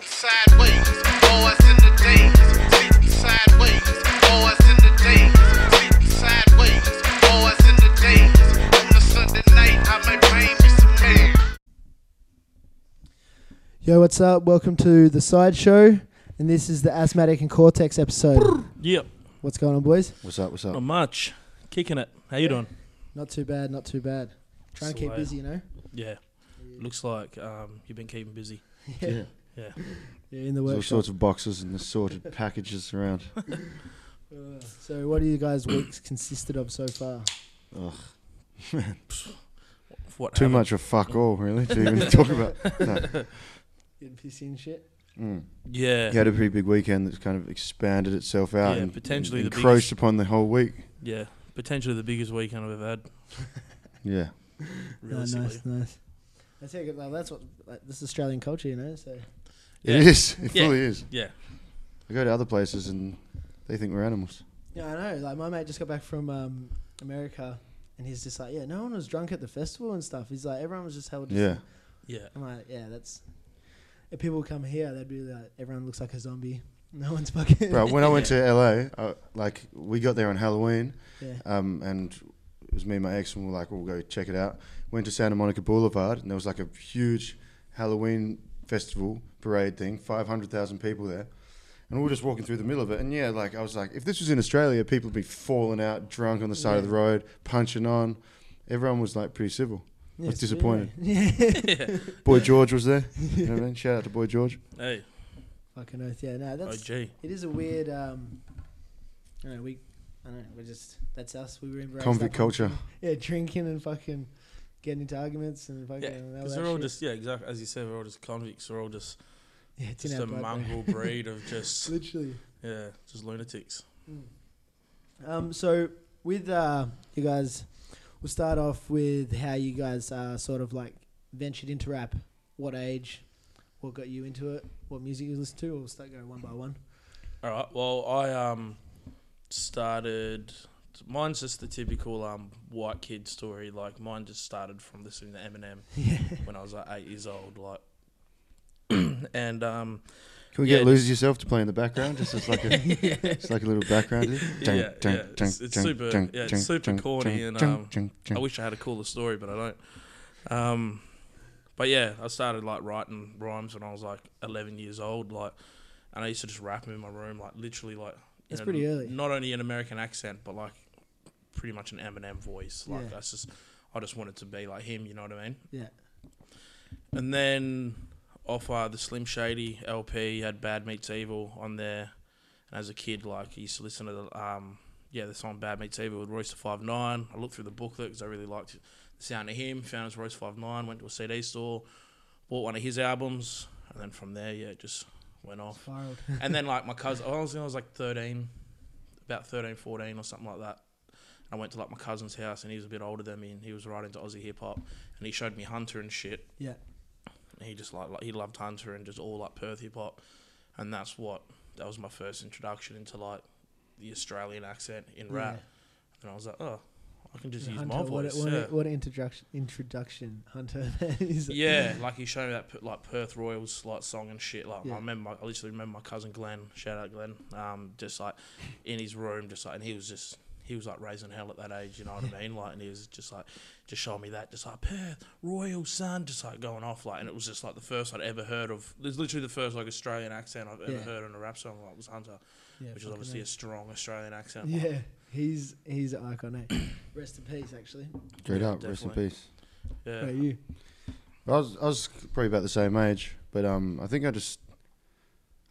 sideways, boys in the days. Sleep sideways, boys in the days. Sleep sideways, boys in the days. On a Sunday night, I might bring me some air. Yo, what's up? Welcome to the side show, and this is the asthmatic and cortex episode. Yep, What's going on, boys? What's up? Oh. What's up? not much. Kicking it. How you doing? Not too bad, not too bad. Trying to keep Slay. busy, you know. Yeah. Looks like um, you've been keeping busy. yeah. Yeah. Yeah, in the There's all workshop. sorts of boxes and assorted packages around. So, what are you guys' weeks consisted of so far? Ugh, What? too happened? much of fuck all, really, to even talk about. No. Getting pissy and shit. Mm. Yeah. You had a pretty big weekend that's kind of expanded itself out Yeah, and potentially and the encroached biggest- upon the whole week. Yeah. Potentially the biggest weekend I've ever had. Yeah. Realistically. Ah, nice, nice. That's, how you get- like, that's what like, this is Australian culture, you know. So Yeah. It is. It Yeah. fully is. Yeah. I go to other places and they think we're animals. yeah, I know. Like my mate just got back from um, America, and he's just like, yeah, no one was drunk at the festival and stuff. He's like, everyone was just held. Yeah. Yeah. I'm like, yeah, that's. If people come here, they'd be like, everyone looks like a zombie. No one's fucking. Bro, when I went to LA, I, like, we got there on Halloween Yeah. um, and it was me and my ex and we were like, we'll go check it out. Went to Santa Monica Boulevard and there was like a huge Halloween festival parade thing, 500,000 people there. And we were just walking through the middle of it. And yeah, like I was like, if this was in Australia, people would be falling out, drunk on the side of the road, punching on. Everyone was like pretty civil. I it's was pretty disappointed. nice. Yeah. yeah. Boy George was there. You know what I mean? Shout out to Boy George. Hey. Fucking oath. Yeah. No, that's. OG. It is a weird. Um, I don't know. We. I don't know. We're just. That's us. We were embraced. Convict that- culture. Yeah, drinking and fucking getting into arguments and fucking. Yeah. all Because that they're all shit. just yeah exactly as you said they're all just convicts. They're all just Yeah, it's just in a our blood, bro. mongrel breed of just Literally. yeah just lunatics. Um, so with uh, you guys, we'll start off with how you guys uh, sort of like ventured into rap. What age? What got you into it? What music you listen to? We'll start going one by one. All right. Well, I um started. Mine's just the typical um white kid story. Like mine just started from listening to Eminem when I was like eight years old. Like, and um Can we Yeah, get Lose Yourself to play in the background? Just as like a, it's like a little background. Yeah, yeah, it's- it's super- yeah, it's super corny and, um, I wish I had a cooler story, but I don't. Um, but yeah, I started like writing rhymes when I was like 11 years old. Like, and I used to just rap 'em in my room, like literally like. That's in a- pretty early. Not only an American accent, but like pretty much an Eminem voice. Like Yeah. that's just, I just wanted to be like him. You know what I mean? Yeah. And then off uh, the Slim Shady LP had Bad Meets Evil on there. And as a kid, like, I used to listen to the, um, yeah, the song Bad Meets Evil with Royce the Five Nine. I looked through the booklet because I really liked the sound of him. Found his Royce Five Nine. Went to a CD store, bought one of his albums, and then from there, yeah, it just went off. Spiraled. and then like my cousin, oh, I was, I was like 13, about 13, 14 or something like that. I went to like my cousin's house, and he was a bit older than me, and he was right into Aussie hip hop, and he showed me Hunter and shit. Yeah. And he just like, like he loved Hunter and just all like Perth hip hop, and that's what that was my first introduction into like the Australian accent in Yeah. rap. And I was like, oh, I can just use Hunter, my what, a- voice. what, a- yeah. what an introduction, introduction, Hunter. That is- yeah, like he showed me that per- like Perth Royals like song and shit. Like Yeah. I remember, my, I literally remember my cousin Glenn. Shout out Glenn. Um, just like in his room, just like, and he was just. He was like raising hell at that age, you know what I mean? Like, and he was just like, just showing me that, just like Perth Royal son, just like going off, like, and it was just like the first I'd ever heard of. It was literally the first like Australian accent I've ever Yeah. heard on a rap song. Like, was Hunter, Yeah, which is fucking obviously a hell. strong Australian accent. like, Yeah, he's he's an icon. Eh? Rest in peace, actually. Straight Yeah, up, rest in definitely. peace. yeah. What about you? I was, I was probably about the same age, but um, I think I just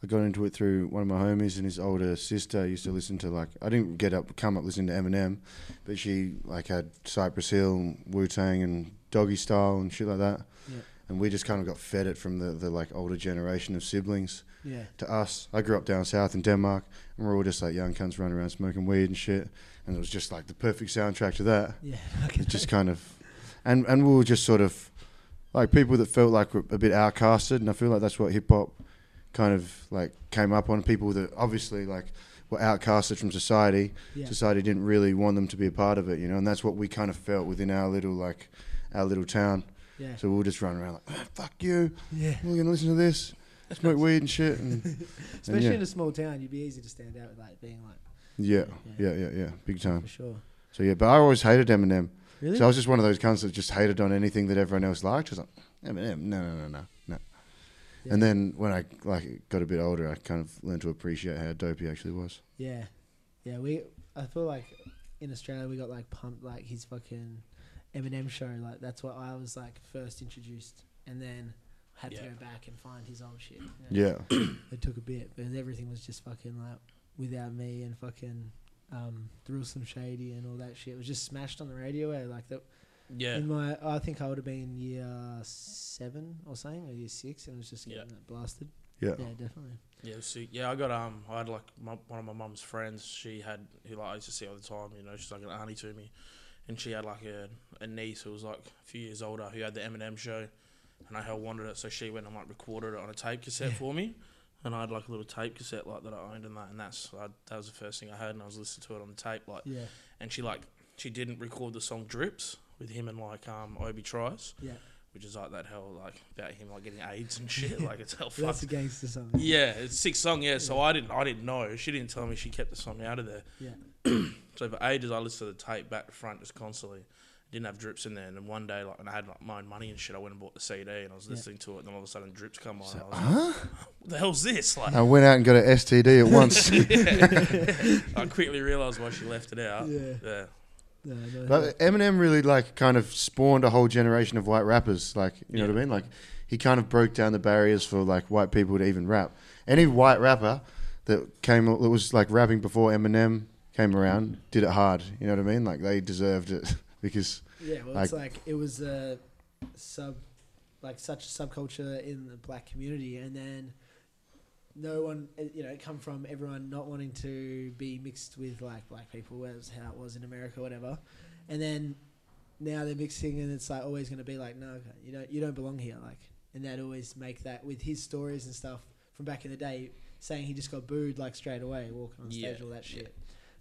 I got into it through one of my homies and his older sister used to listen to like I didn't get up come up listening to Eminem, but she like had Cypress Hill, Wu Tang, and Doggy Style and shit like that, Yeah. and we just kind of got fed it from the, the like older generation of siblings Yeah. to us. I grew up down south in Denmark, and we're all just like young cunts running around smoking weed and shit, and it was just like the perfect soundtrack to that Yeah. it just kind of and and we were just sort of like people that felt like were a bit outcasted and i feel like that's what hip-hop kind of like came up on people that obviously like were outcasted from society Yeah. society didn't really want them to be a part of it you know and that's what we kind of felt within our little like our little town Yeah. so we were just running around like "Ah, fuck you Yeah. we're gonna listen to this smoke weed and shit. And, Especially yeah. in a small town, you'd be easy to stand out with like being like yeah, Yeah. yeah, yeah, yeah, big time. for sure. So yeah, but I always hated Eminem. Really? So I was just one of those cunts that just hated on anything that everyone else liked. Just like Eminem, no, no, no, no, no. Yeah. And then when I like got a bit older, I kind of learned to appreciate how dope he actually was. yeah, yeah. We I feel like in Australia we got like pumped like his fucking Eminem show. Like that's what I was like first introduced, and then had to Yeah. go back and find his old shit. you know? Yeah, It took a bit, but everything was just fucking like without me and fucking um, the real Slim Shady and all that shit. It was just smashed on the radio. eh, Like that Yeah. in my, I think I would have been year seven or something, or year six, and it was just getting Yeah. that blasted. yeah, Yeah, definitely. Yeah, so, yeah, I got um, I had like my, one of my mum's friends. She had who like I used to see all the time. You know, she's like an auntie to me, and she had like a, a niece who was like a few years older who had the Eminem show, and I hell wanted it. So she went and like recorded it on a tape cassette for me, and I had like a little tape cassette like that I owned and that, and that's I, that was the first thing I heard, and I was listening to it on the tape like, Yeah, and she like she didn't record the song Drips with him and like um Obi Trice, yeah. which is like that hell like about him like getting AIDS and shit. like it's hell fucked That's a gangster song. Yeah. yeah, it's six song. Yeah, so I didn't, I didn't know. She didn't tell me she kept the song out of there. So for ages, I listened to the tape back to front just constantly. Didn't have drips in there, and then one day, like, when I had like my own money and shit, I went and bought the CD, and I was Yeah. listening to it, and then all of a sudden, drips come on. and I was like, what the hell's this? Like, I went out and got an STD at once. I quickly realized why she left it out. Yeah. yeah. No, no, But Eminem really like kind of spawned a whole generation of white rappers. Like you know what I mean? Like he kind of broke down the barriers for like white people to even rap. Any white rapper that came that was like rapping before Eminem came around did it hard. You know what I mean? Like they deserved it because yeah, well, it's like it was a sub, like such a subculture in the black community, and then no one, uh, you know, it come from everyone not wanting to be mixed with like black people, whereas how it was in America, whatever, and then now they're mixing, and it's like always going to be like, no, you don't, you don't belong here, like, and that always make that with his stories and stuff from back in the day, saying he just got booed like straight away walking on stage, Yeah, all that yeah. shit.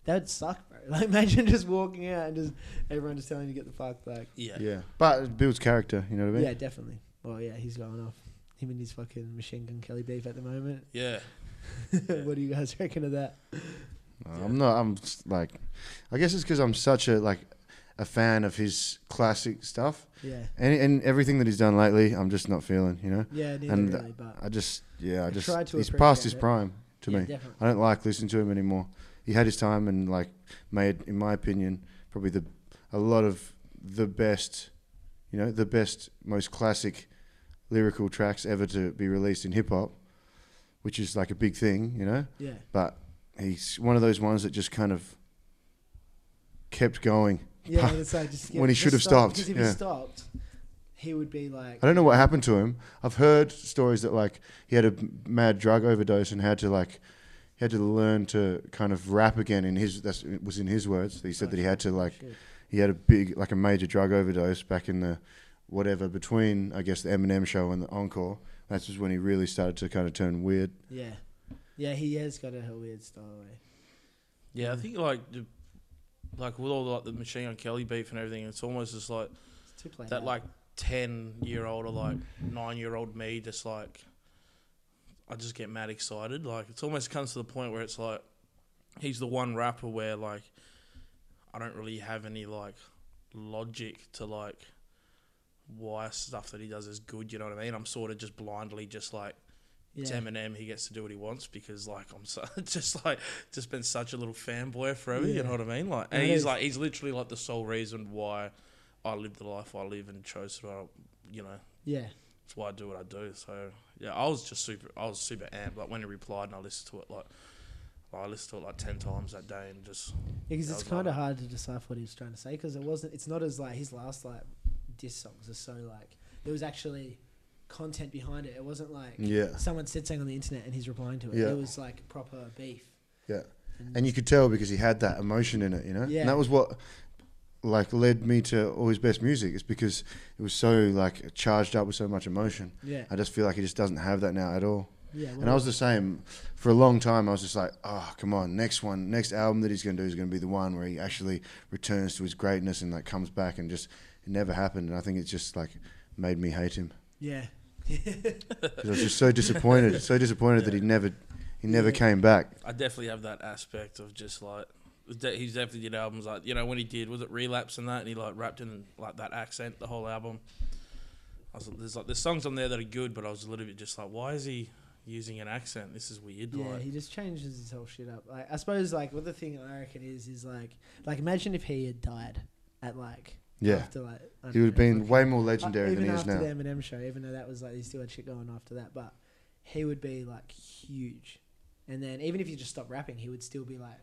That'd suck, bro. Like, imagine just walking out and just everyone just telling you to get the fuck back. yeah, yeah. But it builds character. You know what I mean? Yeah, definitely. Well, yeah, he's going off. Him and his fucking machine gun Kelly beef at the moment. yeah, what do you guys reckon of that? I'm not. I'm s- like, I guess it's because I'm such a like a fan of his classic stuff Yeah, and and everything that he's done lately. I'm just not feeling. You know. yeah, neither And, really, but I just yeah, I I just tried to he's past appreciate his it. prime to yeah, me. definitely. I don't like listening to him anymore. He had his time and like made, in my opinion, probably the a lot of the best, you know, the best, most classic lyrical tracks ever to be released in hip hop, which is like a big thing, you know. Yeah, But he's one of those ones that just kind of kept going. yeah. and it's like just, yeah, When he just should have stop, stopped, Because if he yeah. stopped, he would be like, I don't know what happened to him. I've heard stories that like he had a mad drug overdose and had to like he had to learn to kind of rap again. In his that was in his words. He said that he had to like Shit. he had a big like a major drug overdose back in the whatever between I guess the Eminem show and the encore. That's just when he really started to kind of turn weird. yeah, yeah. He has got a weird style. Eh? yeah. I think like, the, like with all the, like the Machine Gun Kelly beef and everything, it's almost just like. It's too played that out. like 10 year old or like 9 year old me just like i just get mad excited like it's almost comes to the point where it's like he's the one rapper where like i don't really have any like logic to like why stuff that he does is good you know what i mean i'm sort of just blindly just like it's yeah. Eminem. He gets to do what he wants because, like, I'm so, just like just been such a little fanboy forever. Yeah. You know what I mean? Like, Yeah, and it he's is. like he's literally like the sole reason why I live the life I live and chose to. uh, You know, yeah, it's why I do what I do. So yeah, I was just super. I was super amped. Like when he replied, and I listened to it like. I listened to it like ten times that day, and just because That it's was like- kind of hard to decipher what he was trying to say because it wasn't. It's not as like his last like diss songs are so like there was actually content behind it. It wasn't like Yeah, someone said something on the internet and he's replying to it. Yeah. It was like proper beef. yeah. And you could tell because he had that emotion in it, you know. Yeah. And that was what like led me to all his best music. It's because it was so like charged up with so much emotion. Yeah. I just feel like he just doesn't have that now at all. Yeah. And I was the same for a long time. I was just like, oh, come on, next one, next album that he's going to do is going to be the one where he actually returns to his greatness and like comes back and just it never happened. And I think it's just like made me hate him. yeah. 'Cause I was just so disappointed, so disappointed that he never, he never came back. I definitely have that aspect of just like was de- he's definitely did albums like you know when he did was it relapse and that and he like rapped in like that accent the whole album. I was like, there's like there's songs on there that are good, but I was a little bit just like, why is he using an accent? This is weird. Yeah, like, he just changes his whole shit up. Like, I suppose, like, what the thing I reckon is, is like, like imagine if he had died at like, Yeah, after like, I he don't would have know, been way more like, legendary Uh, even than he is after now. the Eminem show, even though that was like he still had shit going after that, but he would be like huge. And then even if he just stopped rapping, he would still be like,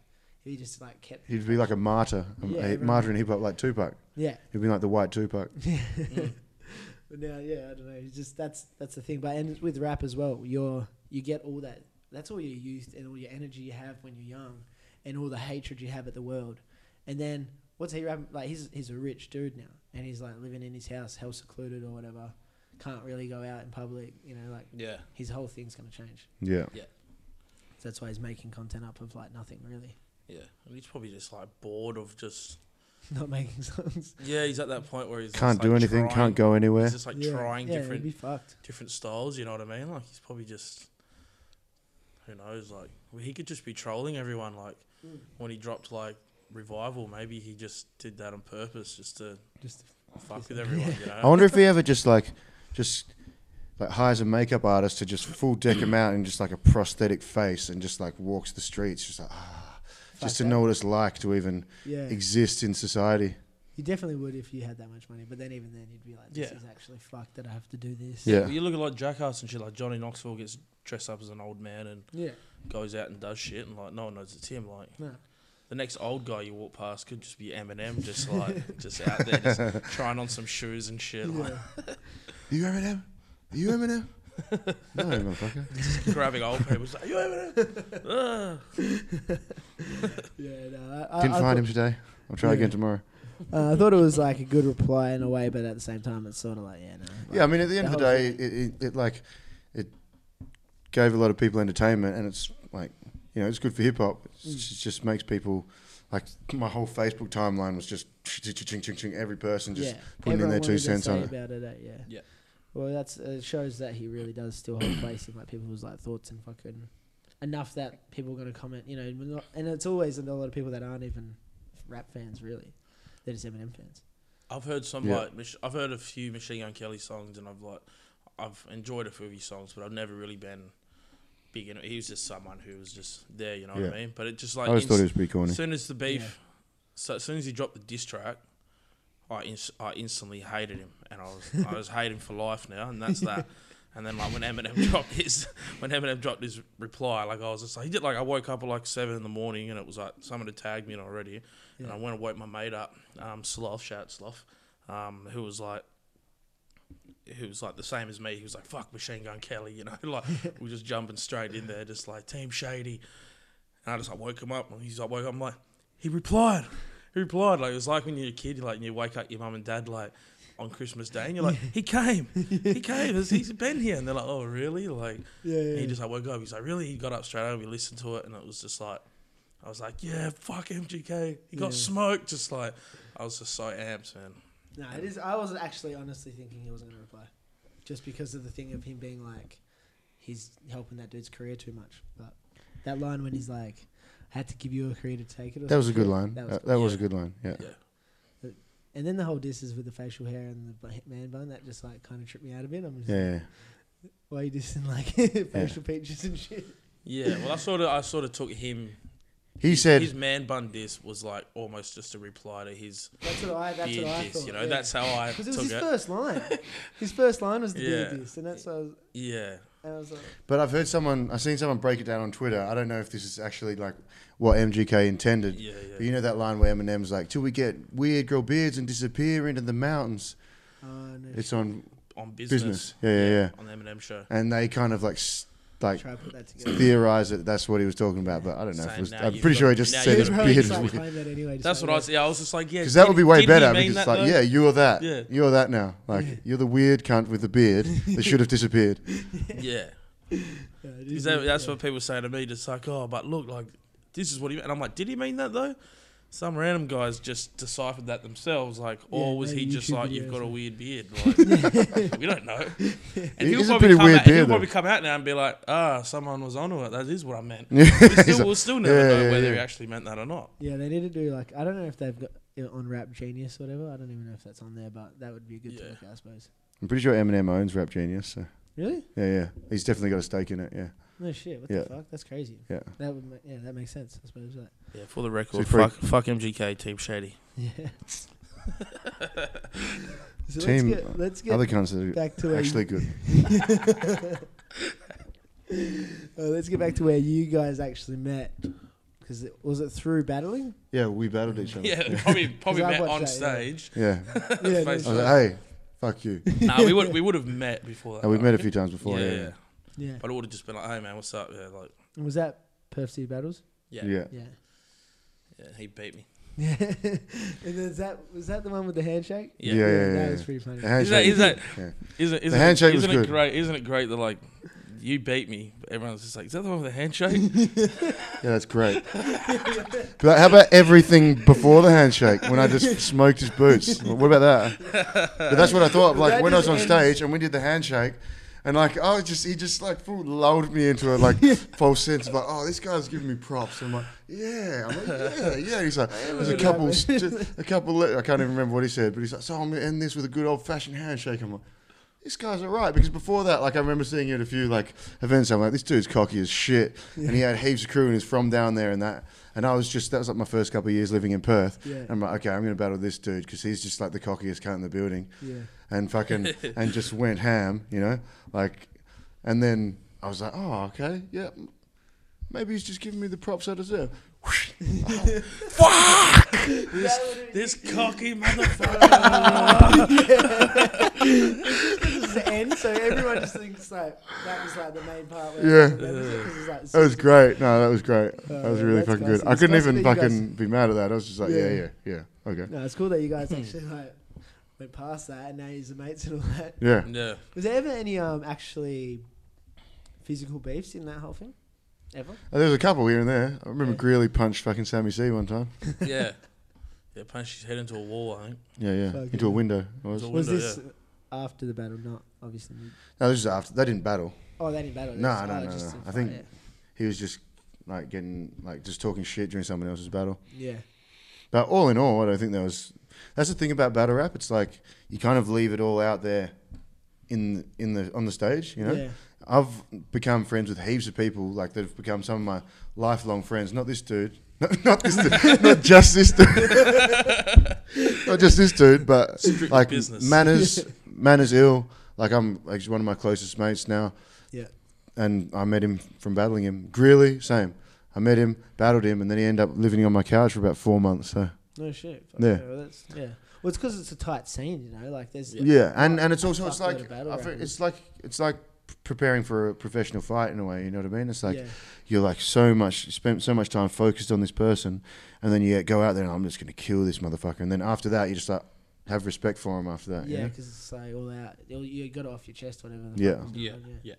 if he just like kept, He'd be like a martyr, a, Yeah, a everyone- martyr in hip hop, like Tupac. yeah. He'd be like the white Tupac. But Mm. now, yeah, I don't know. He's just that's that's the thing. But and with rap as well, you're you get all that. That's all your youth and all your energy you have when you're young, and all the hatred you have at the world. And then what's he rapping? Like he's he's a rich dude now, and he's like living in his house, hell secluded or whatever. Can't really go out in public. You know, like yeah, his whole thing's gonna change. Yeah, So that's why he's making content up of like nothing really, yeah. And he's probably just like bored of just not making songs. yeah. He's at that point where he's can't just, do like, anything, trying- can't go anywhere. He's just like Yeah, trying yeah, he'd different Be fucked. different styles. You know what I mean? Like he's probably just who knows. Like well, he could just be trolling everyone. Like Mm. when he dropped like revival, maybe he just did that on purpose just to Just fuck with everyone. You I know? wonder if he ever just like, just like hires a makeup artist to just full deck him out in just like a prosthetic face and just like walks the streets, just like ah, just Fuck to that. know what it's like to even yeah. exist in society. You definitely would if you had that much money, but then even then you'd be like, "This Yeah. is actually fucked that I have to do this." Yeah. Well, you look at like Jackass and shit. Like Johnny Knoxville gets dressed up as an old man and yeah, goes out and does shit, and like no one knows it's him. Like no, the next old guy you walk past could just be Eminem, just like just out there, just trying on some shoes and shit, like yeah. Are you Eminem? Are you Eminem? no, motherfucker. grabbing old people. It's like you Eminem. Ah. yeah no, I, I, Didn't I find him thought, today. I'll try Yeah. again tomorrow. Uh, I thought it was like a good reply in a way, but at the same time, it's sort of like, yeah, no. Yeah, I mean, at the end the of the whole day, it, it, it like it gave a lot of people entertainment, and it's like you know, it's good for hip hop. It Mm. just makes people like my whole Facebook timeline was just ching, ching, ching, ching, every person just yeah. putting in Everyone their two wanted to cents say on it. about it. eh? yeah, Yeah. Well, that's uh, shows that he really does still hold a place in like people's like thoughts and fucking enough that people are gonna comment. You know, we're not, and it's always a lot of people that aren't even rap fans really; they're just Eminem fans. I've heard some Yeah. like Mich- I've heard a few Machine Gun Kelly songs, and I've like I've enjoyed a few of his songs, but I've never really been big. In- he was just someone who was just there, you know Yeah. what I mean? But it just I like always inst- thought it was pretty corny. As soon as the beef, Yeah. so as soon as he dropped the diss track, I ins- I instantly hated him, and I was I was hating for life now, and that's that. And then like when Eminem dropped his when Eminem dropped his reply, like I was just like he did like I woke up at like seven in the morning, and it was like someone had tagged me in already, and Yeah. I went and woke my mate up, um, Sloth, shout out Sloth, um, who was like. Who was like the same as me? He was like, "Fuck Machine Gun Kelly," you know, like we're just jumping straight in there, just like Team Shady, and I just like woke him up. And he's like, woke up. I'm like, he replied. He replied. Like it was like when you're a kid, like and you wake up your mum and dad like on Christmas Day, and you're like, he came, he came. He's- He's been here, and they're like, oh really? Like Yeah, and he just like woke up. He's like, really? He got up straight away. We listened to it, and it was just like, I was like, yeah, fuck MGK. He Yeah. got smoked. Just like I was just so amped, man. No, it is. I was actually honestly thinking he wasn't going to reply, just because of the thing of him being like, he's helping that dude's career too much. But that line when he's like, "I had to give you a career to take it." Or That was some a good shit, line. That That was was, good. that was Yeah. a good line. Yeah. Yeah. And then the whole diss is with the facial hair and the bu- man bun that just like kind of tripped me out a bit. I'm just Yeah. like, yeah. why you dissing like facial features and shit? Yeah. Well, I sort of I sort of took him. He his- said, his man bun diss was like almost just a reply to his That's what I. That's beard what I diss. thought. you know, that's how I because took it was his it. first line. His first line was the beard Yeah. diss, and that's why I was, Yeah. and I was like, but I've heard someone, I've seen someone break it down on Twitter. I don't know if this is actually like what MGK intended. Yeah, yeah. But you know that line where Eminem's like, "Till we get weird, grow beards, and disappear into the mountains." oh no. It's on, on business. Business. Yeah, yeah, yeah. On the Eminem show. and they kind of like, s- like try to put that together. theorize that that's what he was talking about. But I don't know. If Saying it was, now I'm you've pretty got- sure he just now said you've his got- probably just, beard is like, weird claim that anyway, just That's like, what I was. Yeah, I was just like, yeah, because that did would be he- way did he better. mean Because that like, though? yeah, you are that. Yeah. You're that now. Like you're the weird cunt with the beard that should have disappeared. yeah. Yeah, it 'Cause is that- weird, that's yeah. what people say to me. Just like, oh, but look, like this is what he. And I'm like, did he mean that though? Some random guys just deciphered that themselves, like, or Yeah, was he maybe just YouTube like, "You've videos got a or- weird beard"? Like, we don't know. And It he'll is a probably, pretty come weird out, he'll beard, probably though. come out now and be like, "Ah, someone was onto it. That is what I meant." We Yeah, he's still, like- we'll still never Yeah, know yeah, whether he yeah. actually meant that or not. Yeah, they need to do like I don't know if they've got you know, on Rap Genius or whatever. I don't even know if that's on there, but that would be good to Yeah. look at, I suppose. I'm pretty sure Eminem owns Rap Genius. So Really? yeah, yeah, he's definitely got a stake in it. Yeah, No shit. What Yeah. the fuck? That's crazy. yeah. That would ma- yeah, that makes sense. I suppose that. Yeah, for the record, pretty- fuck, fuck MGK, Team Shady. Yeah. so Team, let's get, let's get Other cunts that back to are where actually good. you, uh, let's get back to where you guys actually met. Because it, was it through battling? Yeah, we battled each other. Yeah, probably probably I've met watched on that, yeah. stage. yeah. Yeah, Face I no, was like, hey, fuck you. nah, we would we would have met before that. And we've like, met a few times before. Yeah, Yeah, yeah. yeah. yeah. But it would have just been like, "Hey man, what's up?" Yeah, like, And Was that Perth City Battles? yeah, yeah. Yeah. Yeah. he beat me. Yeah. and then is that was that the one with the handshake? Yeah, yeah, yeah, that yeah. was pretty funny. The Is that, handshake is was that good. Isn't, isn't, handshake it, was isn't good. it great? Isn't it great that like you beat me? Everyone's just like, is that the one with the handshake? yeah. yeah, that's great. but how about everything before the handshake when I just smoked his boots? What about that? But that's what I thought. Like That when I was just on ends- stage and we did the handshake. And like I was just, he just like full lulled me into a like false sense of like, oh, this guy's giving me props. And I'm like, yeah, I'm like, yeah, yeah. He's like, there's a Yeah, couple, man. st- a couple. le- I can't even remember what he said, but he's like, so I'm gonna end this with a good old fashioned handshake. I'm like, this guy's alright because before that, like I remember seeing you at a few like events. I'm like, this dude's cocky as shit, and he had heaps of crew and he's from down there and that. And I was just that was like my first couple of years living in Perth. Yeah. I'm like, okay, I'm gonna battle this dude because he's just like the cockiest cunt in the building, Yeah. and fucking and just went ham, you know, like. And then I was like, oh, okay, yeah, maybe he's just giving me the props I deserve. this cocky motherfucker. this is the end, so everyone just thinks like that was like the main part. Yeah. that was, it, 'cause it's, like, That was great. No, that was great. Oh, that was yeah, really that's fucking good. classy. I It's couldn't classy even that you guys- fucking be mad at that. I was just like, yeah, Yeah. yeah, yeah. Okay. No, it's cool that you guys actually like went past that and now you're mates and all that. Yeah. yeah, Was there ever any um actually physical beefs in that whole thing? Ever? Oh, there was a couple here and there. I remember Yeah. Greeley punched fucking Sammy C one time. yeah, yeah. Punched his head into a wall. I think. Yeah, yeah. Fuck Into a yeah. window. It was. It Was Window, this after the battle? Not obviously. No, this was after. They didn't battle. Oh, they didn't battle. No, It's- no, oh, no, just no. a I fight, think- He was just like getting like just talking shit during someone else's battle. Yeah. yeah. But all in all, I don't think there was. That's the thing about battle rap. It's like you kind of leave it all out there, in in the on the stage. You know. Yeah. I've become friends with heaps of people. Like they've become some of my lifelong friends. Not this dude. Not, not this dude. not just this dude. not just this dude, but Strictly like business. manners. manners ill. Like I'm like he's one of my closest mates now, Yeah. and I met him from battling him. Greeley, same. I met him, battled him, and then he ended up living on my couch for about four months. So No shit. Fuck Yeah. well, that's, yeah. Well, it's because it's a tight scene, you know. Like there's. yeah, and and it's also it's Fuckload like of battle I feel- rappers. it's like it's like preparing for a professional fight in a way. You know what I mean? It's like yeah. you're like so much you spent so much time focused on this person and then you go out there and I'm just gonna kill this motherfucker and then after that you just like have respect for him after that. Yeah, Yeah. because it's like all out. You- You got it off your chest, whatever. The fuck Yeah. was going Yeah, on, yeah.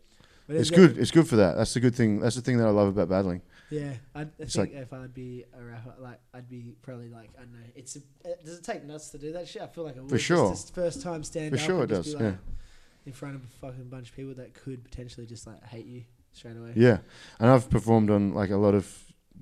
But It's is good. It's good for that. That's the good thing. That's the thing that I love about battling. that- Yeah, I, I think like- if I'd be a rapper, like I'd be probably like I don't know. It's a, uh, does it take nuts to do that shit? I feel like I would. just sure. this first time stand For up. sure and it just be, does, Like, yeah. In front of a fucking bunch of people that could potentially just like hate you straight away. Yeah. And I've performed on like a lot of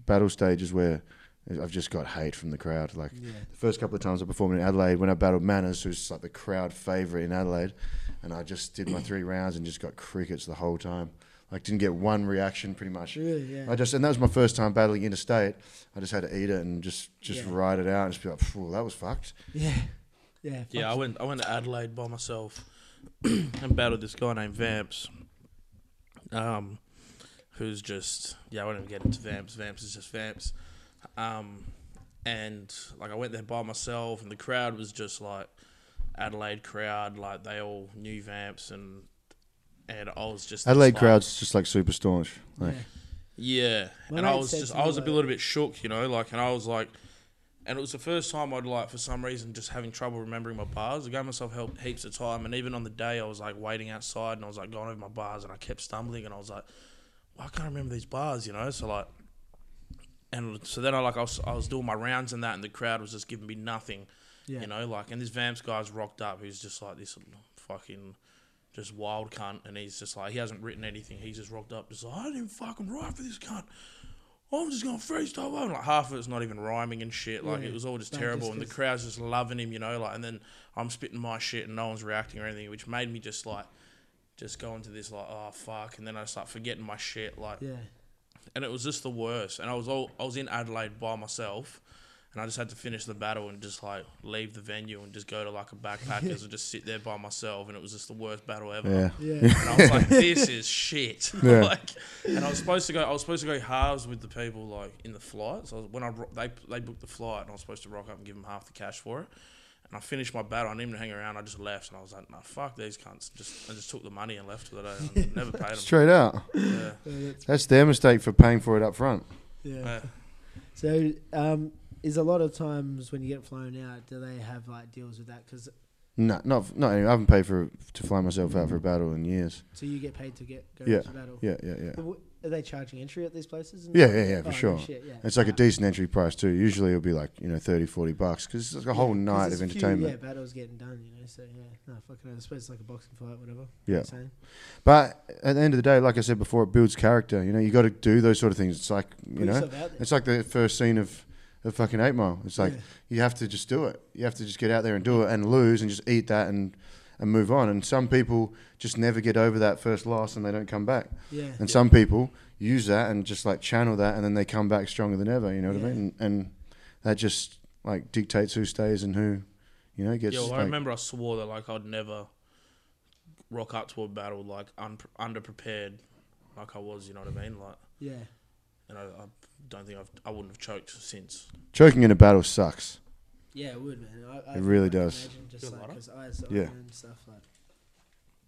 battle stages where I've just got hate from the crowd. Like Yeah. the first couple of times I performed in Adelaide when I battled Manners, who's like the crowd favourite in Adelaide, and I just did my three rounds and just got crickets the whole time. Like didn't get one reaction pretty much. Really. Yeah. I just and that was my first time battling interstate. I just had to eat it and just just Yeah. ride it out and just be like, "Phew, that was fucked." yeah. Yeah. fuck yeah. I went I went to Adelaide by myself and battled this guy named Vamps, um, who's just yeah. I won't even get into Vamps. Vamps is just Vamps, um, and like I went there by myself, and the crowd was just like Adelaide crowd. Like they all knew Vamps, and and I was just this, Adelaide like- crowd's just like super staunch. yeah. Like, Yeah, My and I mate was said just to me, I was a like- bit- little bit shook, you know, like, and I was like, and it was the first time I'd like for some reason just having trouble remembering my bars. I gave myself help heaps of time, and even on the day I was like waiting outside and I was like going over my bars and I kept stumbling and I was like, well, I can't remember these bars, you know. So like, and so then I like I was, I was doing my rounds and that, and the crowd was just giving me nothing, Yeah. you know, like and this Vamps guy's rocked up, who's just like this fucking just wild cunt, and he's just like he hasn't written anything, he's just rocked up, just like I didn't even fucking write for this cunt. I'm just gonna freestyle. I'm like half of it's not even rhyming and shit. Like Yeah. it was all just No, terrible, just and the 'cause- crowd's just loving him, you know. Like and then I'm spitting my shit and no one's reacting or anything, which made me just like just go into this like oh fuck, and then I start forgetting my shit. Like Yeah. and it was just the worst. And I was all I was in Adelaide by myself, and I just had to finish the battle and just like leave the venue and just go to like a backpackers and just sit there by myself. And it was just the worst battle ever. Yeah. Yeah. And I was like, this is shit. Yeah. like, and I was supposed to go. I was supposed to go halves with the people like in the flight. So I was, when I ro- they they booked the flight, and I was supposed to rock up and give them half the cash for it. And I finished my battle. I didn't even hang around. I just left, and I was like, "Nah, fuck these cunts." Just I just took the money and left for the day. And never paid them. Straight out. Yeah. Yeah, that's- That's their mistake for paying for it up front. yeah. Yeah. So, um, is a lot of times when you get flown out, do they have like deals with that? Because No, not not. Anyway. I haven't paid for to fly myself out for a battle in years. so you get paid to get go Yeah. to battle. Yeah, yeah, yeah. But w- Are they charging entry at these places? and Yeah, that? yeah, yeah, for Oh, no sure. shit, yeah. It's like a Right. decent entry price too. Usually it'll be like you know 30, 40 bucks because it's like a Yeah, whole 'cause night there's of a few, entertainment. yeah, battles getting done, you know. So yeah, no, fucking. hell, I suppose it's like a boxing fight, whatever. Yeah. Insane. But at the end of the day, like I said before, it builds character. You know, you got to do those sort of things. It's like you Put know, yourself out there. it's like the first scene of, of fucking Eight Mile. It's like Yeah. you have to just do it. You have to just get out there and do it and lose and just eat that and and move on. And some people just never get over that first loss and they don't come back. yeah. And some people use that and just like channel that, and then they come back stronger than ever. You know what Yeah. I mean? And, and that just like dictates who stays and who, you know, gets. Yeah, well, I like- remember I swore that like I'd never rock up to a battle like un- underprepared, like I was. You know what I mean? Like, Yeah. and I, I don't think I've I wouldn't have choked since. Choking in a battle sucks. Yeah, it would, man. I, I It really I can does. imagine Just Feel like, lighter? 'cause eyes are Yeah. open and stuff like.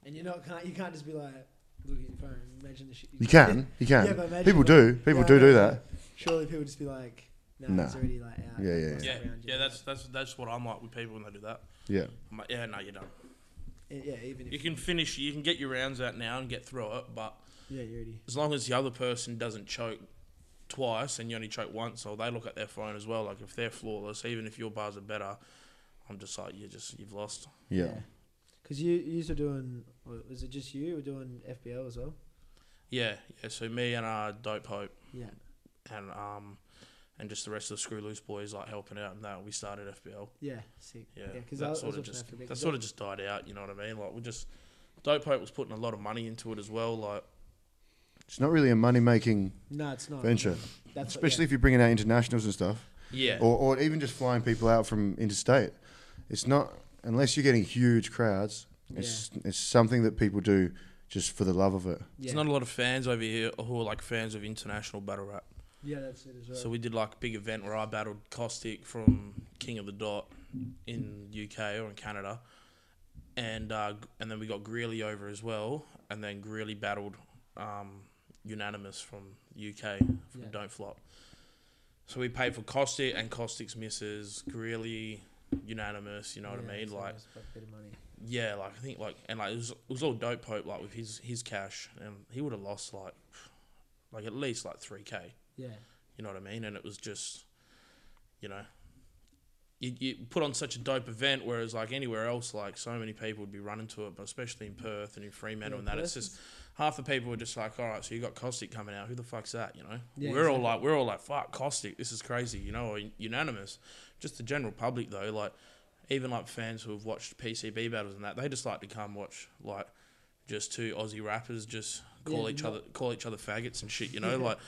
And you're not can't you can't just be like look at your phone. Imagine the shit. You can, you can. Yeah, but imagine people like- do, people Yeah, I do do know, that. but Surely people just be like, no, Nah. it's already like out. Yeah, yeah, It's Yeah, around you. yeah, that's that's that's what I'm like with people when they do that. Yeah, I'm like, yeah, no, you don't. Yeah, yeah, even if You can finish. You can get your rounds out now and get through it, but yeah, you're already. as long as the other person doesn't choke twice and you only choke once, or they look at their phone as well. Like if they're flawless, even if your bars are better, I'm just like you just you've lost. yeah. Because you you were doing, or was it just you? You were doing FBL as well. Yeah, yeah. So me and uh, Dope Hope. Yeah. and um and just the rest of the screw loose boys like helping out and that we started FBL. Yeah. Sick. Yeah. Because I that was sort of watching just for a bit, that 'cause I- sort of just died out, you know what I mean? Like we just Dope Hope was putting a lot of money into it as well, like It's not really a money making No, it's not. venture, That's what- yeah. especially if you're bringing out internationals and stuff, yeah. or, or even just flying people out from interstate. It's not unless you're getting huge crowds. It's it's something that people do just for the love of it. Yeah. There's not a lot of fans over here who are like fans of international battle rap. yeah, that's it as well. So we did like a big event where I battled Caustic from King of the Dot in UK or in Canada, and uh, g- and then we got Greeley over as well, and then Greeley battled um, Unanimous from UK from Yeah. Don't Flop. So we paid for Caustic and Caustic's misses, Greeley, Unanimous. You know what Yeah, I mean? so Like it's a bit of money. yeah, like I think like and like it was, it was all dope hope like with his his cash, and he would have lost like like at least like three k. Yeah. You know what I mean? And it was just, you know, you, you put on such a dope event, whereas like anywhere else, like so many people would be running to it, but especially in Perth and in Yeah, Fremantle and that, it's Perth just half the people are just like, all right, so you got Caustic coming out. Who the fuck's that? You know, Yeah, we're all exactly. like, we're all like, fuck Caustic, this is crazy. You know, or unanimous. Just the general public though, like even like fans who have watched PCB battles and that, they just like to come watch like just two Aussie rappers just call Yeah, each not- other call each other faggots and shit. You know, Yeah. like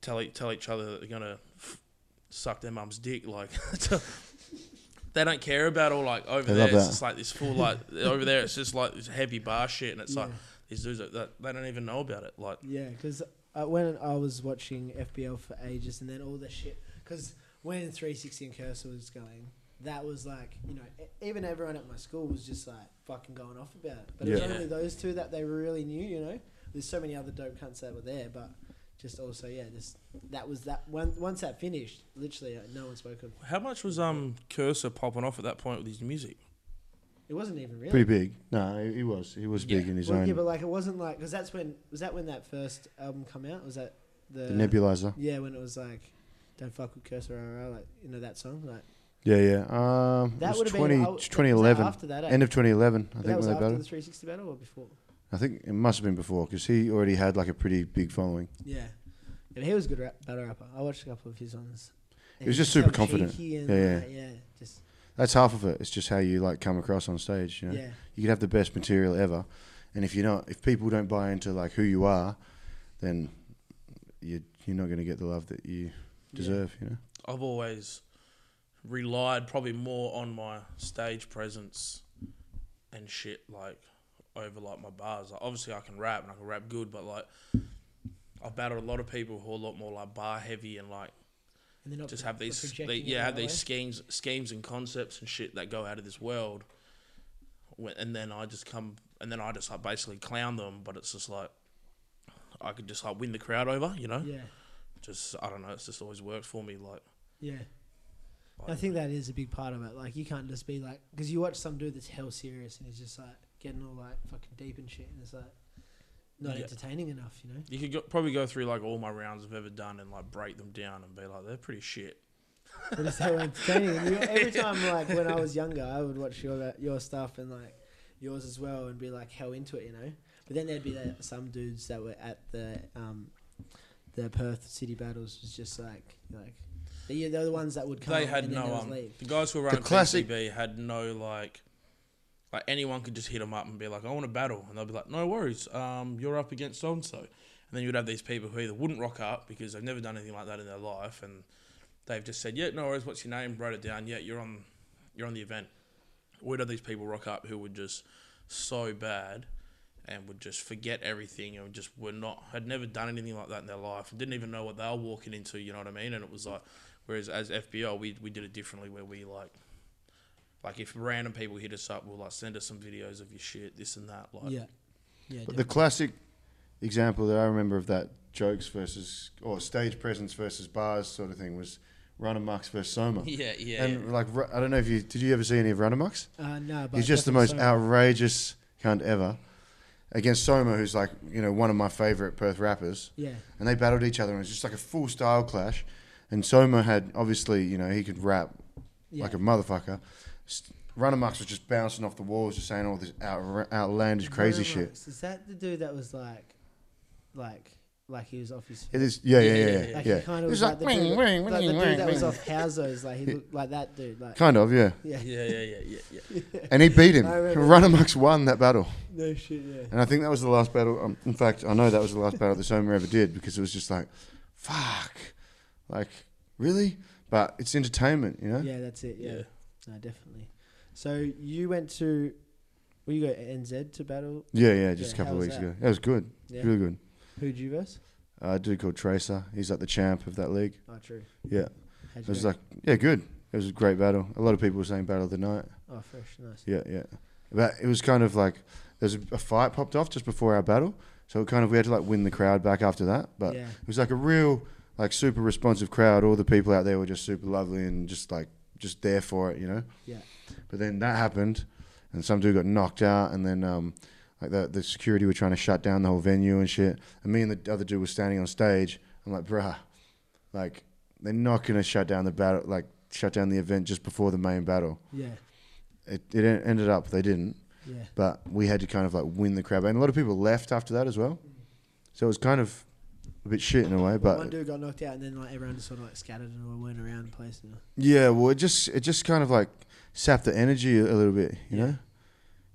tell e- tell each other that they're gonna f- suck their mum's dick. Like to- they don't care about all like over They there. love It's that. just like this full like over there. It's just like this heavy bar shit, and it's like Yeah. these dudes that- that they don't even know about it. Like Yeah, because uh, when I was watching FBL for ages, and then all the shit, because when 360 and Cursor was going, that was like, you know, e- even everyone at my school was just like fucking going off about it. But it Yeah. was only those two that they really knew, you know. There's so many other dope cunts that were there, but just also, yeah, just that was that. When, once that finished, literally, uh, no one spoke of it. how much was um Cursor popping off at that point with his music? It wasn't even really. Pretty big. No, he he was he was Yeah. big in his well, own. yeah, but like it wasn't like because that's when was that when that first album come out? Was that the, The nebulizer. Yeah, when it was like, "Don't fuck with cursor RR," like you know that song. Like Yeah, yeah. Um, that it was would 20, have been I- was that 2011. After that, eh? End of 2011, I But think, that when was they after battled. the 360 battle or before. I think it must have been before because he already had like a pretty big following. Yeah. yeah but he was a good rap, battle rapper. I watched a couple of his ones. He was And just super so confident. cheeky and, Yeah, yeah. like, yeah, just That's half of it. It's just how you like come across on stage. You yeah. know, you could have the best material ever, and if you're not, if people don't buy into like who you are, then you you're not going to get the love that you deserve. You know. I've always relied probably more on my stage presence and shit like over like my bars. Like obviously I can rap and I can rap good, but like I've battled a lot of people who are a lot more like bar heavy and like And they're not just pro- have these projecting they, it yeah have that these way. schemes schemes and concepts and shit that go out of this world When- and then i just come and then i just like basically clown them but it's just like i could just like win the crowd over you know Yeah, just i don't know it's just always worked for me like, yeah. like I think that is a big part of it. Like you can't just be like, because you watch some dude that's hell serious and he's just like getting all like fucking deep and shit, and it's like not Yeah. entertaining enough, you know? you could go, probably go through like all my rounds I've ever done and like break them down and be like they're pretty shit. But it's so entertaining. And you, every time, like when I was younger, I would watch your your stuff and like yours as well, and be like how into it, you know. But then there'd be like, some dudes that were at the um, the Perth City battles was just like like they, they're the ones that would come. they up had and then no there was um, leave. the guys who were running classic- PCB had no like like anyone could just hit them up and be like I want to battle and they'll be like no worries um you're up against so and so and then you'd have these people who either wouldn't rock up because they've never done anything like that in their life and they've just said yeah no worries what's your name wrote it down yeah you're on you're on the event we'd have these people rock up who were just so bad and would just forget everything and just were not had never done anything like that in their life and didn't even know what they were walking into you know what i mean and it was like whereas as fbl we, we did it differently where we like like if random people hit us up we'll like send us some videos of your shit this and that like yeah, yeah. But the classic example that I remember of that jokes versus or stage presence versus bars sort of thing was Run Amux versus Soma. yeah yeah, and yeah. like Ru- I don't know if you did you ever see any of Run Amux? definitely. uh, no, but He's just the most definitely so. outrageous cunt ever. Against Soma, who's like you know one of my favorite Perth rappers, Yeah, and they battled each other, and it was just like a full style clash. And Soma had obviously you know he could rap yeah. like a motherfucker. S- Run Amux was just bouncing off the walls, just saying all this outra- outlandish, crazy Bruno shit. Mars, Is that the dude that was like, like, like he was off his? It is, yeah, yeah, Yeah, yeah, yeah, yeah. yeah. Like yeah. he kind of It was was like, the dude, "Wing, wing, like the wing, dude that wing, was wing." off Howzo's, like he looked like that dude, like kind of, yeah. yeah, yeah yeah yeah yeah yeah And he beat him. I remember. Runamux won that battle, no shit, yeah, and I think that was the last battle. Um, in fact, I know that was the last battle that Soma ever did because it was just like, fuck, like really. But it's entertainment, you know. yeah, that's it, yeah. Yeah. no, definitely. So you went to, well, you go NZ to battle, Yeah, yeah. Just Yeah, a couple how of was weeks that? ago, that was good, yeah. really good. Who'd you verse? Uh, a dude called Tracer, he's like the champ of that league. Oh, true. Yeah, How'd it you was go? like, yeah, good. It was a great battle. A lot of people were saying battle of the night. oh, fresh, nice. Yeah, yeah. But it was kind of like there's a, a fight popped off just before our battle, so it kind of we had to like win the crowd back after that. But yeah, it was like a real like super responsive crowd. All the people out there were just super lovely and just like just there for it, you know. Yeah. But then that happened, and some dude got knocked out, and then um like the the security were trying to shut down the whole venue and shit. And me and the other dude were standing on stage. I'm like, bruh, like they're not gonna shut down the battle, like shut down the event just before the main battle. yeah, It it en- ended up they didn't yeah. but we had to kind of like win the crowd. And a lot of people left after that as well. So it was kind of a bit shit in a way, one but dude got knocked out, and then like everyone just sort of like scattered and all went around the place. And, yeah, well, it just it just kind of like sapped the energy a a little bit, you Yeah. know,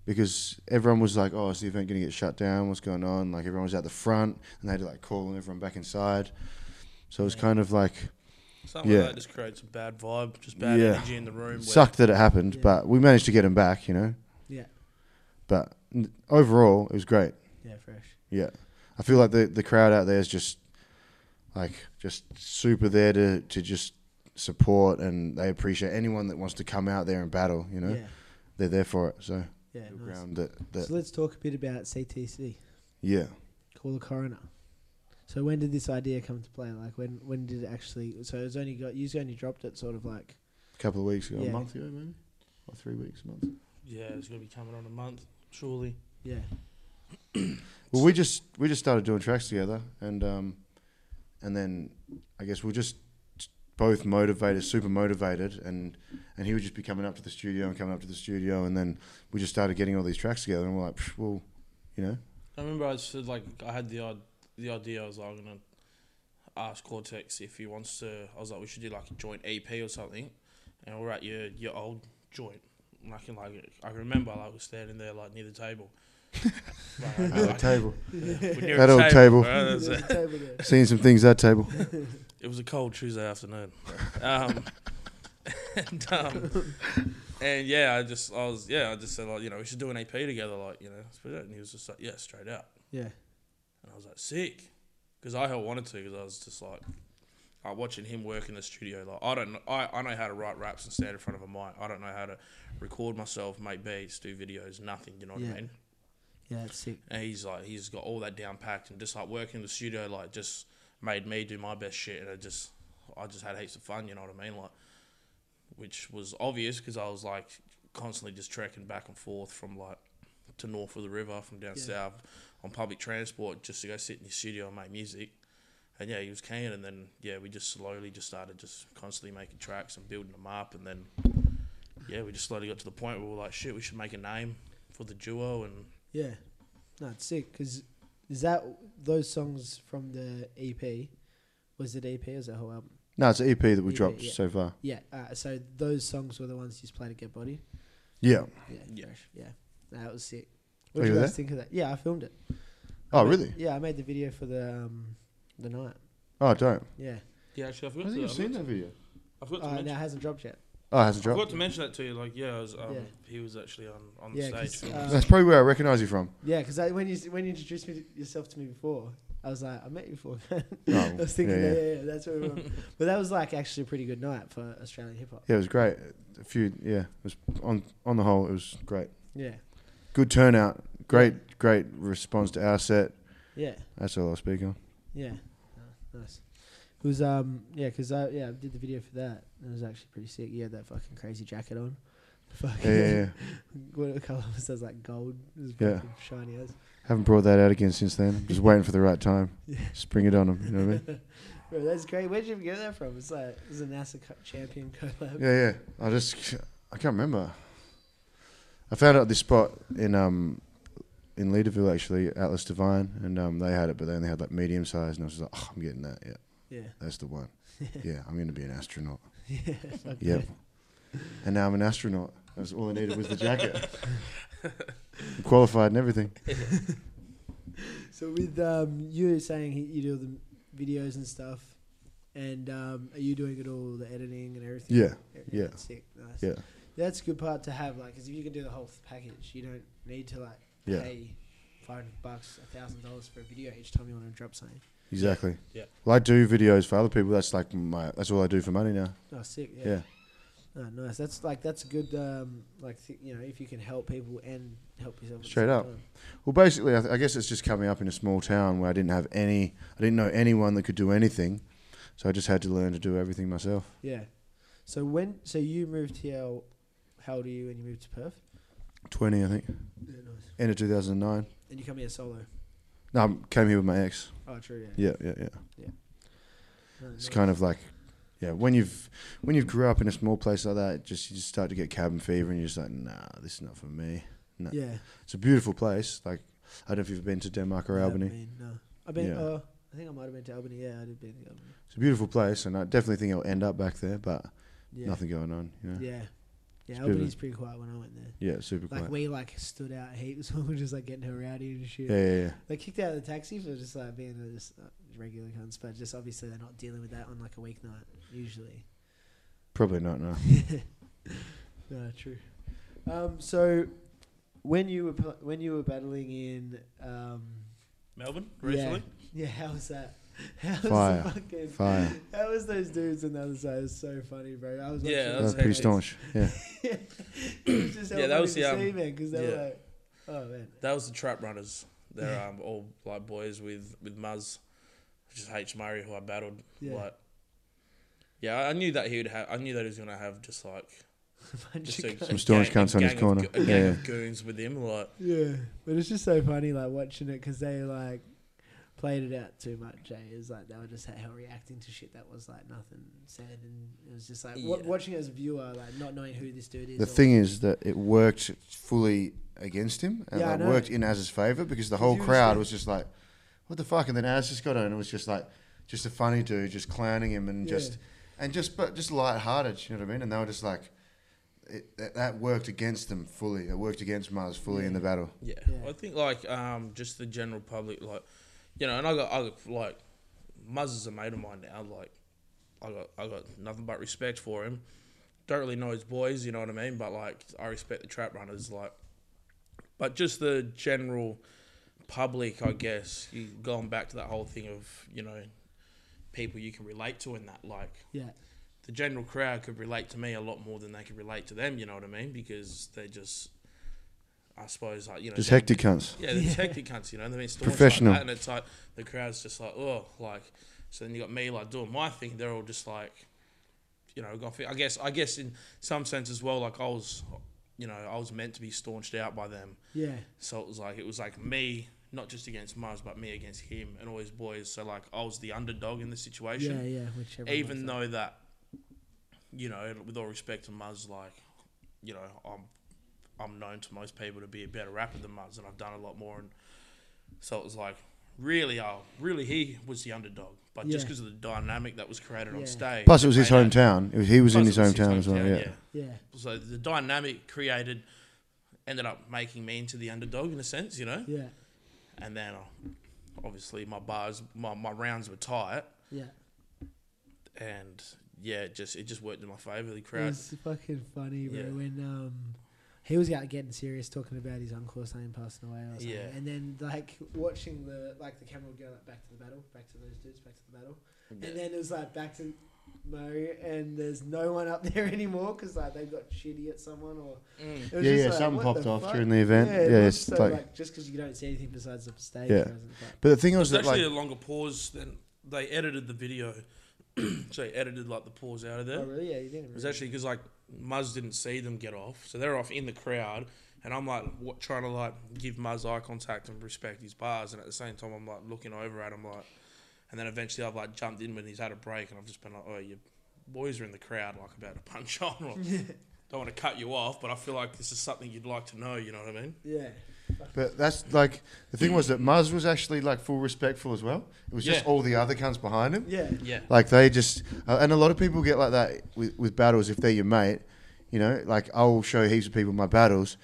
because everyone was like, "Oh, is the event going to get shut down? What's going on?" Like everyone was at the front, and they had to like call everyone back inside. So it was Yeah. kind of like something Yeah. like that just creates a bad vibe just bad Yeah. energy in the room where- sucked that it happened, Yeah. but we managed to get them back, you know. Yeah. But n- overall, it was great. yeah, fresh. Yeah, I feel like the the crowd out there is just like just super there to to just support and they appreciate anyone that wants to come out there and battle. You know, Yeah, they're there for it. So yeah. the Nice. ground that that So let's talk a bit about CTC. yeah. Call the coroner. So when did this idea come to play? Like when when did it actually? So it's only got you only dropped it sort of like A couple of weeks ago, Yeah. a month ago, maybe, or three weeks, a month. yeah it's gonna be coming on a month surely yeah Well, we just we just started doing tracks together, and um, and then I guess we are just both motivated, super motivated, and and he would just be coming up to the studio and coming up to the studio, and then we just started getting all these tracks together, and we're like, "Psh, well, you know, I remember I said like I had the odd, the idea I was like, I'm gonna ask Cortex if he wants to. I was like, we should do like a joint EP or something, and we're at your your old joint. And I can like I can remember like we're standing there like near the table. Like, at the like, table, we're near That a old table. bro. That's There's it. a table there. seeing some things that table." It was a cold Tuesday afternoon. Um, and, um, and yeah, I just I was yeah I just said like you know we should do an EP together like you know let's put it. and he was just like yeah straight out. Yeah. And I was like, sick. Because I hell wanted to, because I was just like, like, watching him work in the studio. Like, I don't know, I, I know how to write raps and stand in front of a mic. I don't know how to record myself, make beats, do videos, nothing, you know what Yeah. I mean? Yeah, that's sick. And he's like, he's got all that down packed and just like working in the studio, like, just made me do my best shit. And I just, I just had heaps of fun, you know what I mean? Like, which was obvious because I was like constantly just trekking back and forth from like to north of the river, from down Yeah. south on public transport just to go sit in his studio and make music. And yeah, he was keen. And then, yeah, we just slowly just started just constantly making tracks and building them up. And then, yeah, we just slowly got to the point where we were like, shit, we should make a name for the duo. And Yeah, no, it's sick. Cause is that those songs from the EP? Was it EP? Or was that whole album? No, it's an EP that we Yeah, dropped yeah. so far. Yeah. Uh, so those songs were the ones you just played at Get Body. Yeah. Yeah. Yeah. fresh, Yeah. No, that was sick. What Oh, did you you were guys there? think of that? Yeah, I filmed it. Oh, I made- really? Yeah, I made the video for the um, the night. Oh, don't. Yeah. yeah, actually, I I forgot think to, you've seen that video. I forgot to Uh, mention. no, it hasn't dropped yet. Oh, it hasn't I forgot dropped. to mention that to you. Like, yeah, I was, um, Yeah. he was actually on, on Yeah, the 'cause, stage. uh, That's probably where I recognise you from. Yeah, because when you when you introduced me to yourself to me before, I was like, I met you before. man." Oh, I was thinking, yeah, yeah, yeah. yeah, yeah, that's where we were. but that was like actually a pretty good night for Australian hip hop. Yeah, it was great. A few, yeah, it was on on the whole, it was great. Yeah. Good turnout. Great, great response to our set. Yeah. That's all I'll speak on. Yeah, Oh, nice. It was um yeah, 'cause I yeah I did the video for that. It was actually pretty sick. You had that fucking crazy jacket on. Fucking Yeah, yeah, yeah. what color was that? It was Like gold. It was Yeah. fucking shiny as. Haven't brought that out again since then. Just waiting for the right time. Yeah. Just bring it on them. You know what I mean? Bro, that's great. Where'd you get that from? It's like it's a NASA co- champion collab. Yeah, yeah. I just, I can't remember. I found out this spot in um in Leaderville actually, Atlas Divine, and um they had it, but they only had like medium size, and I was just like, oh, I'm getting that. Yeah, Yeah. that's the one. yeah, I'm gonna be an astronaut. Yeah. fuck Yep. yeah. And now I'm an astronaut. That's all I needed was the jacket. I'm qualified and everything. So with um you were saying he, you do all the videos and stuff, and um are you doing it all the editing and everything? Yeah, yeah. that's Sick. Nice. Yeah. That's a good part to have, like, 'cause if you can do the whole f- package, you don't need to like Yeah. pay five hundred bucks, a thousand dollars for a video each time you want to drop something. Exactly. Yeah. Well, I do videos for other people. That's like my. That's all I do for money now. Oh, sick. Yeah. Yeah. Oh, nice. That's like that's a good, um, like th- you know, if you can help people and help yourself. at the Straight same up. time. Well, basically, I, th- I guess it's just coming up in a small town where I didn't have any. I didn't know anyone that could do anything, so I just had to learn to do everything myself. Yeah. So when so you moved here, how old are you when you moved to Perth? Twenty, I think, Yeah, nice. end of two thousand and nine. And you come here solo. No, I came here with my ex. Oh, true. Yeah. Yeah, yeah, yeah. No, It's nice. kind of like, yeah, when you've when you've grew up in a small place like that, it just you just start to get cabin fever, and you're just like, nah, this is not for me. of- yeah. It's a beautiful place. Like I don't know if you've been to Denmark or Yeah, Albany. I mean, no. I've been. Yeah. Uh, I think I might have been to Albany. Yeah, I did been to Albany. It's a beautiful place, and I definitely think I'll end up back there. But Yeah. nothing going on. You know? Yeah, Yeah. Yeah, It's a bit of a- Albany's pretty quiet when I went there. super Like quiet. we like stood out heaps when we were just like getting her rowdy and shit. Yeah, yeah, yeah. They kicked out of the taxi for just like being a just, uh, regular cunts, but just obviously they're not dealing with that on like a weeknight usually. Probably not now. no, true. Um, so when you were pl- when you were battling in um, Melbourne yeah. recently. yeah, how was that? How was Fire. the fucking Fire. How was those dudes on the other side? It was so funny, bro. I was Yeah, watching that That it. was was pretty hectic. staunch. Yeah, it was just Yeah, yeah, that was to the, see, um, man, because they were yeah. like, oh man, That was the Trap Runners. They're Yeah. um, all like boys with with Muzz, which is H Murray, who I battled. Yeah. Like, yeah, I- I knew that he would have. I knew that he was gonna have just like a bunch just of a, cunts. a staunch gang- a cunts on gang his of corner. go- a gang Yeah. of goons with him. Like, Yeah, but it's just so funny, like watching it because they like played it out too much. Eh? It was like they were just how reacting to shit that was like nothing said, and it was just like wa- Yeah. watching it as a viewer, like not knowing who this dude is. The or- thing is that it worked fully against him, and Yeah, I like, know. worked in Az's favour because the Because whole you were crowd just- was just like, "What the fuck?" And then Az just got on, and it was just like, just a funny dude, just clowning him, and Yeah. just and just but just light-hearted, you know what I mean? And they were just like, it, that, that worked against them fully. It worked against Mars fully in the battle. Yeah. Yeah. I think like um just the general public like you know, and I got I got like Muzz is a mate of mine now, like I got I got nothing but respect for him. Don't really know his boys, you know what I mean? But like I respect the trap runners, like but just the general public, I guess, you going back to that whole thing of, you know, people you can relate to in that like yeah, the general crowd could relate to me a lot more than they could relate to them, you know what I mean? Because they just I suppose like you know Just they- hectic cunts. yeah, the tactic cunts, you know, they mean staunch Professional. like that, and it's like the crowd's just like, oh, like. So then you got me like doing my thing. They're all just like, you know, got- I guess, I guess in some sense as well, like I was, you know, I was meant to be staunched out by them. yeah, So it was like it was like me, not just against Mars, but me against him and all his boys. So like I was the underdog in the situation yeah, yeah. Which everyone even likes though that, you know, with all respect to Muzz, like, you know, I'm I'm known to most people to be a better rapper than Muzz, and I've done a lot more. And so it was like, really, oh, really, he was the underdog, but Yeah. just because of the dynamic that was created Yeah. on stage. Plus, it was his made that- hometown. It was, he was in plus his it was hometown as well. hometown, Yeah. that. Yeah, So the dynamic created ended up making me into the underdog in a sense, you know. yeah, And then, uh, obviously, my bars, my, my rounds were tight, yeah. and yeah, it just it just worked in my favor. The It crowd was fucking funny, bro. Yeah. When um, he was out getting serious, talking about his uncle or something passing away, or something. Yeah. and then like watching the like the camera would go like, back to the battle, back to those dudes, back to the battle, and then it was like back to Mo, and there's no one up there anymore because like they got shitty at someone or Mm. it was Yeah, just yeah, like, what something the popped off fuck? during the event. Yeah, like, it's so, like- like just because you don't see anything besides the stage. Yeah. present, like- But the thing was It's that like actually a longer pause than they edited the video. so they edited like the pause out of there. oh really? Yeah, you didn't. It was really- actually because like Muzz didn't see them get off, so they're off in the crowd, and I'm like what, trying to like give Muzz eye contact and respect his bars, and at the same time I'm like looking over at him like, and then eventually I've like jumped in when he's had a break, and I've just been like, oh, you boys are in the crowd like about to punch on. Or, Don't want to cut you off, but I feel like this is something you'd like to know. You know what I mean? yeah. But that's like the thing was that Muzz was actually like full respectful as well. It was just Yeah. all the other cunts behind him. Yeah, Yeah. Like they just uh, and a lot of people get like that with, with battles if they're your mate. You know, like I'll show heaps of people my battles,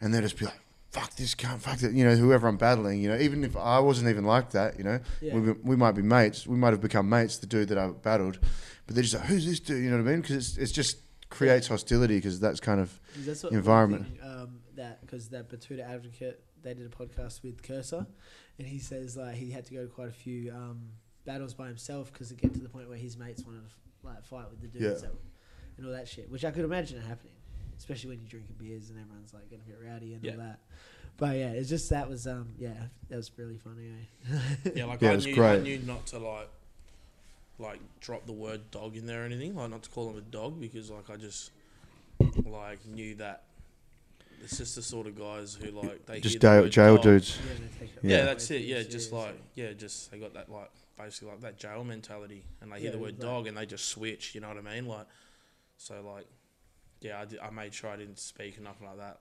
and they'll just be like, "Fuck this cunt, fuck that." You know, whoever I'm battling. You know, even if I wasn't even like that. You know, Yeah. we, we might be mates. We might have become mates. The dude that I battled, but they're just like, "Who's this dude?" You know what I mean? Because it's it's just creates hostility because that's kind of 'Cause that's what Environment. one thing, um, that because that Batuta advocate they did a podcast with Cursor, and he says like he had to go to quite a few um, battles by himself because it get to the point where his mates wanted to f- like fight with the dudes Yeah. that, and all that shit, which I could imagine it happening, especially when you're drinking beers and everyone's like getting a bit rowdy and Yeah. all that. But yeah, it's just that was um yeah that was really funny. Eh? Yeah, like Yeah, I it's knew I great. knew not to like like drop the word dog in there or anything, like not to call him a dog because like I just like knew that it's just the sort of guys who like they hear just the jail, word jail dog. dudes. Yeah, they take it Yeah, way that's too it. Yeah, just seriously. like yeah, just they got that like basically like that jail mentality, and they hear Yeah, the word exactly. dog and they just switch. You know what I mean? Like so like yeah, I, did, I made sure I didn't speak or nothing like that.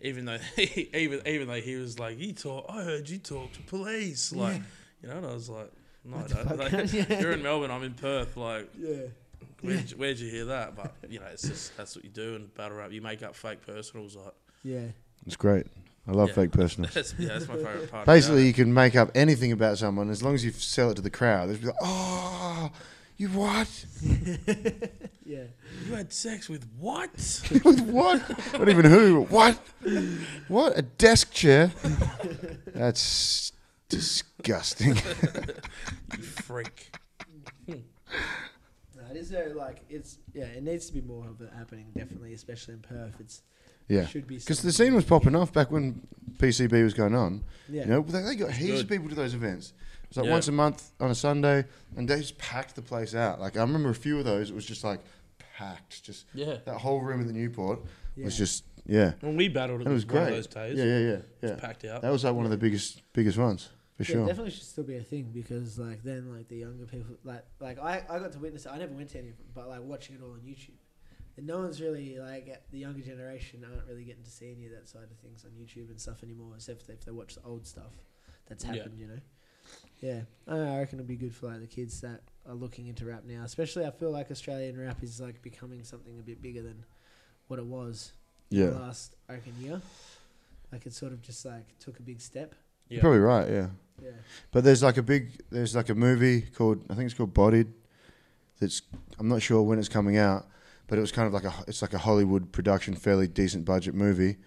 Even though, even even though he was like, "You talk," I heard you talk to police, like you know, and I was like, "No, I What the don't." fuck? Like, Yeah. You're in Melbourne, I'm in Perth. Like, yeah. where'd, you- where'd you hear that? But you know, it's just that's what you do in battle rap. You make up fake personals. Like, Yeah, It's great. I love Yeah. fake personals. that's, yeah, that's my favorite part. about Basically, it. you can make up anything about someone as long as you sell it to the crowd. They'll be like, "Oh, you what? yeah, you had sex with what? With what? Not even who? What? What? A desk chair? That's disgusting." you freak. No, it is very like it's yeah. It needs to be more of it happening, definitely, especially in Perth. It's Yeah, should be because the scene was popping off back when PCB was going on. Yeah, You know, they, they got heaps good. of people to those events. It's like Yeah. once a month on a Sunday, and they just packed the place out. Like I remember a few of those. It was just like packed. Just Yeah. that whole room in the Newport yeah. was just yeah. When we battled, it, That was was, one great. of those days. Yeah, yeah, yeah, It was yeah. packed out. That was like one of the biggest, biggest ones. for yeah, sure. definitely should still be a thing because like then like the younger people like like I, I got to witness it. I never went to any of them, but like watching it all on YouTube. And no one's really like at the younger generation aren't really getting to see any of that side of things on YouTube and stuff anymore, except if they watch the old stuff that's Yeah. happened, you know. Yeah, I, don't know, I reckon it'll be good for like the kids that are looking into rap now. Especially, I feel like Australian rap is like becoming something a bit bigger than what it was yeah, the last I reckon year. Like it sort of just like took a big step. Yeah. you're probably right. Yeah, Yeah, but there's like a big there's like a movie called I think it's called Bodied. That's I'm not sure when it's coming out, but it was kind of like a it's like a Hollywood production, fairly decent budget movie.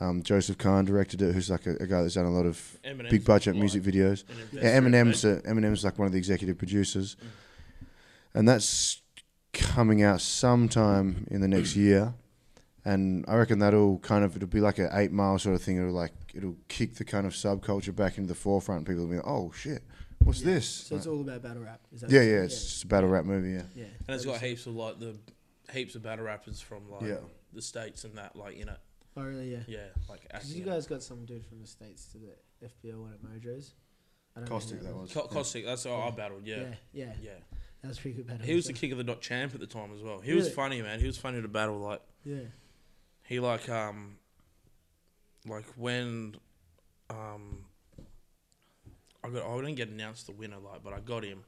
Um, Joseph Kahn directed it, who's like a, a guy that's done a lot of Eminem's big budget like music videos. an investor Yeah, in Eminem's that. uh, Eminem's like one of the executive producers, and that's coming out sometime in the next year. And I reckon that'll kind of it'll be like an eight mile sort of thing. It'll like it'll kick the kind of subculture back into the forefront. People will be like, "Oh shit, what's Yeah. this?" so it's all about battle rap. Is that yeah, yeah, it's just a battle rap movie. Yeah, yeah. and it's That got is- heaps of like the heaps of battle rappers from like Yeah. the states and that like in it. Oh really? Yeah. Yeah, like Because acting. you guys got some dude from the states to the FBO one at Mojo's. I don't know who Caustic that was. Co- Caustic, that's how I battled. Yeah. Yeah. yeah, yeah, yeah, that was pretty good battle. He was the rap. kick of the dot champ at the time as well. He was Really? funny, man. He was funny to battle. Like Yeah, he like um like when um I got I didn't get announced the winner like but I got him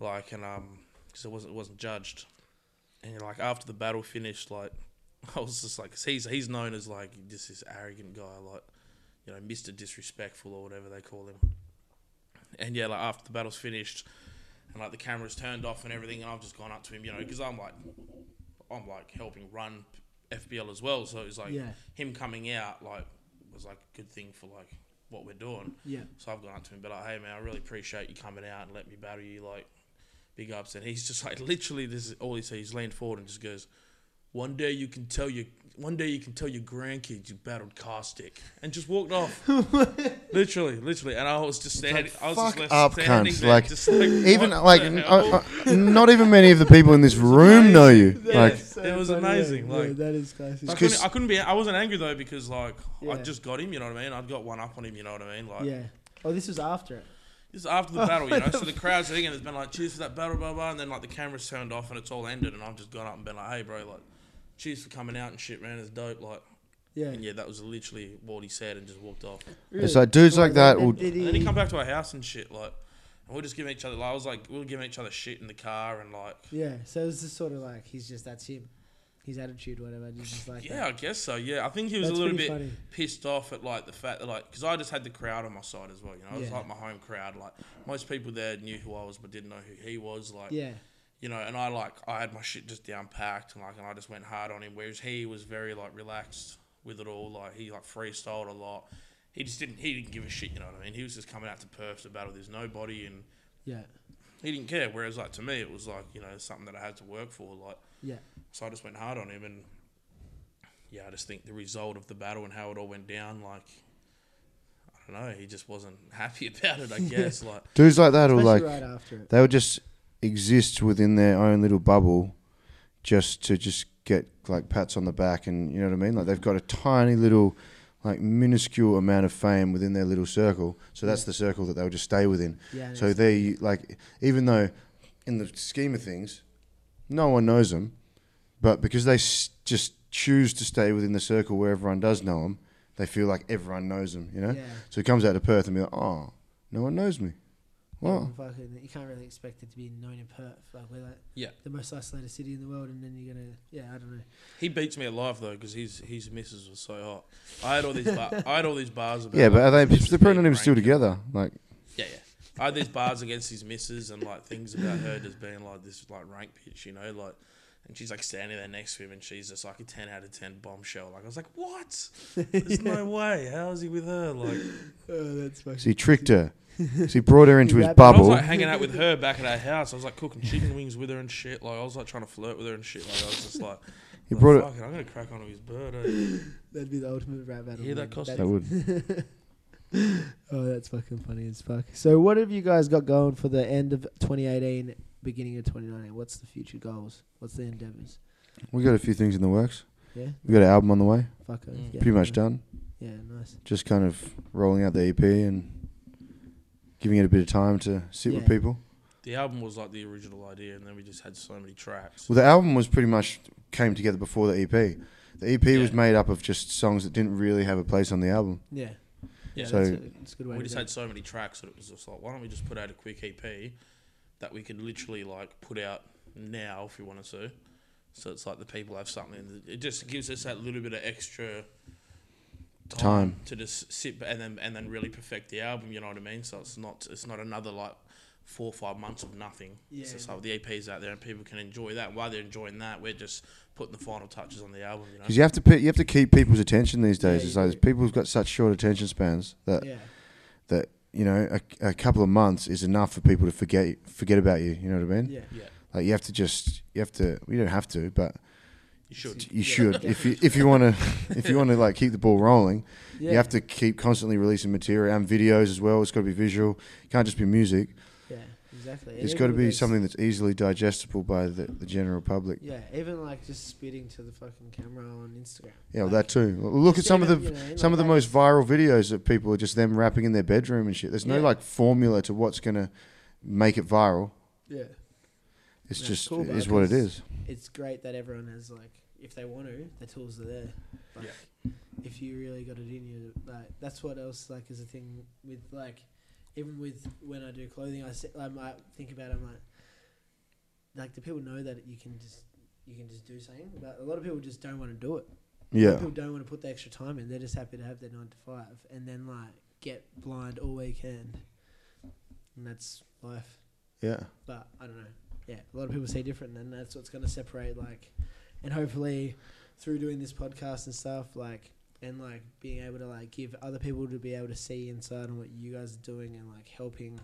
like and um because it wasn't it wasn't judged and like after the battle finished like I was just like 'cause he's he's known as like just this arrogant guy like you know Mister Disrespectful or whatever they call him and yeah like after the battle's finished and like the cameras turned off and everything and I've just gone up to him you know because I'm like I'm like helping run FBL as well. So it was like Yeah. him coming out like was like a good thing for like what we're doing. yeah, So I've gone up to him, but like, hey man, I really appreciate you coming out and let me battle you. Like, big ups. And he's just like literally this is all he says. He's leaned forward and just goes, "One day you can tell your one day you can tell your grandkids you battled Caustic," and just walked off. literally, literally. And I was just standing. I was just Fuck left up, standing cunts. there, Like, just like even what like the n- hell? uh, uh, not even many of the people in this room know you. Yeah. Like, so It was funny, yeah. amazing, Yeah, like- that is classic. I It's 'cause- couldn't, I couldn't be. I wasn't angry though because like I Yeah. just got him. You know what I mean? I'd got one up on him. You know what I mean? Like yeah. Oh, this was after it. this is after Oh, the battle. You know, so the crowd's thinking it's been like cheers for that battle, blah blah, and then like the camera's turned off and it's all ended, and I've just gone up and been like, hey bro, like cheers for coming out and shit, man. It's dope. Like Yeah, and yeah, that was literally what he said and just walked off. it's like dudes like that will. Did And then he he- come back to our house and shit like. And we're just giving each other, like, I was like, we were giving each other shit in the car and like, Yeah, so it was just sort of like he's just that's him, his attitude, whatever. He's just like yeah, I that. guess so. Yeah, I think he was That's a little pretty bit funny. pissed off at like the fact that like, because I just had the crowd on my side as well. You know, it was Yeah. like my home crowd. Like most people there knew who I was, but didn't know who he was. Like, Yeah, you know, and I like I had my shit just down packed and like and I just went hard on him. Whereas he was very like relaxed with it all. Like he like freestyled a lot. He just didn't he didn't give a shit. You know what I mean? He was just coming out to Perth to battle this nobody and yeah, he didn't care. Whereas like to me it was like you know something that I had to work for. Like yeah, so I just went hard on him and yeah, I just think the result of the battle and how it all went down like. I don't know. He just wasn't happy about it. I guess like Dudes like that will especially like right after it. they would just exist within their own little bubble just to just get like pats on the back and you know what I mean like they've got a tiny little like minuscule amount of fame within their little circle so that's Yeah. the circle that they'll just stay within Yeah, so they like even though in the scheme of things no one knows them but because they s- just choose to stay within the circle where everyone does know them they feel like everyone knows them you know Yeah. so he comes out to Perth and be like oh no one knows me well Fucking, you can't really expect it to be known in Perth. Like we're like Yeah. the most isolated city in the world, and then you're gonna yeah, I don't know. He beats me alive though because his his missus was so hot. I had all these ba- I had all these bars. About Yeah, but are they? like, missus They're probably not being even still cranky. together. Like, Yeah, yeah. I had these bars against his missus and like things about her just being like this like rank bitch, you know, like. And she's like standing there next to him, and she's just like a ten out of ten bombshell. Like I was like, what? There's no way. How is he with her? Like Oh, that's fucking. 'cause he tricked her. 'Cause he brought her into his Rabbit. And I was bubble. like hanging out with her back at our house. I was like cooking chicken wings with her and shit. Like I was like trying to flirt with her and shit. Like I was just like, He "Oh, brought it. fuck it. I'm gonna crack onto his bird. Eh? That'd be the ultimate rap battle. Hear that, man. Costa? That would. oh, that's fucking funny as fuck. So, what have you guys got going for the end of 2018, beginning of 2019? What's the future goals? What's the endeavors? We got a few things in the works. Yeah, We got an album on the way. fuck oath, Mm. yeah, Pretty much yeah. done. Yeah, nice. Just kind of rolling out the EP E and giving it a bit of time to sit with Yeah. people. The album was like the original idea, and then we just had so many tracks. Well, the album was pretty much came together before the EP. The EP was Yeah. made up of just songs that didn't really have a place on the album. Yeah. Yeah, So- that's, a, that's a good way We to just do had it. so many tracks that it was just like, why don't we just put out a quick EP that we could literally like put out now if we wanted to. So it's like the people have something. It just gives us that little bit of extra time, Time. to just sit ba- and then and then really perfect the album. You know what I mean? So it's not it's not another like four or five months of nothing. Yeah, So it's yeah. like the EP's out there and people can enjoy that. While they're enjoying that, we're just putting the final touches on the album. You know? Because you have to pe- you have to keep people's attention these days. Yeah, it's you like do. people've got such short attention spans that Yeah. that you know a, a couple of months is enough for people to forget forget about you. You know what I mean? Yeah. yeah, Like you have to just you have to. We don't have to, but you should. you should if you if you want to if you want to like keep the ball rolling. Yeah. You have to keep constantly releasing material and videos as well. It's got to be visual. It can't just be music. Yeah, exactly. And It's even got to with be those- something that's easily digestible by the, the general public. Yeah, even like just spitting to the fucking camera on Instagram. Yeah, well, Like, that too. Well, Look at just some of even, the you know, like some of the that- most viral videos that people are just them rapping in their bedroom and shit. There's no Yeah. like formula to what's gonna make it viral. Yeah, That's It's just cool, it though, is what it 'cause- is. it's great that everyone has like, if they want to, the tools are there. Like, if you really got it in you, like that's what else like is a thing with like, even with when I do clothing, I sit, I might think about it, I'm like, like the people know that you can just you can just do something, but a lot of people just don't want to do it. Yeah, People don't want to put the extra time in. They're just happy to have their nine to five and then like get blind all weekend. And that's life. yeah. But I don't know. Yeah, a lot of people say different, and that's what's going to separate. Like, and hopefully, through doing this podcast and stuff, like, and like being able to like give other people to be able to see inside on what you guys are doing and like helping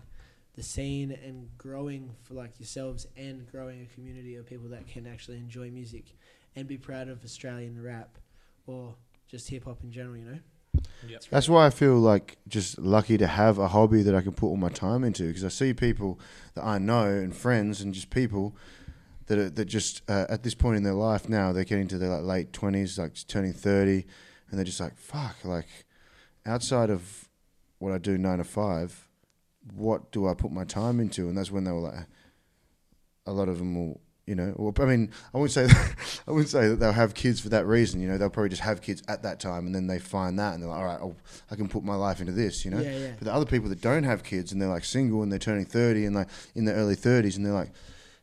the scene and growing for like yourselves and growing a community of people that can actually enjoy music and be proud of Australian rap or just hip hop in general. You know. Yep. That's why I feel like just lucky to have a hobby that I can put all my time into because I see people that I know and friends and just people that are, that just uh, at this point in their life now they're getting to their like late twenties, like just turning thirty, and they're just like fuck, like outside of what I do nine to five, what do I put my time into? And that's when they were like, a lot of them will. You know, well, I mean, I wouldn't say I wouldn't say that they'll have kids for that reason. You know, they'll probably just have kids at that time, and then they find that, and they're like, "All right, I'll, I can put my life into this." You know, Yeah, yeah. but the other people that don't have kids and they're like single and they're turning 30 and like in their early 30s and they're like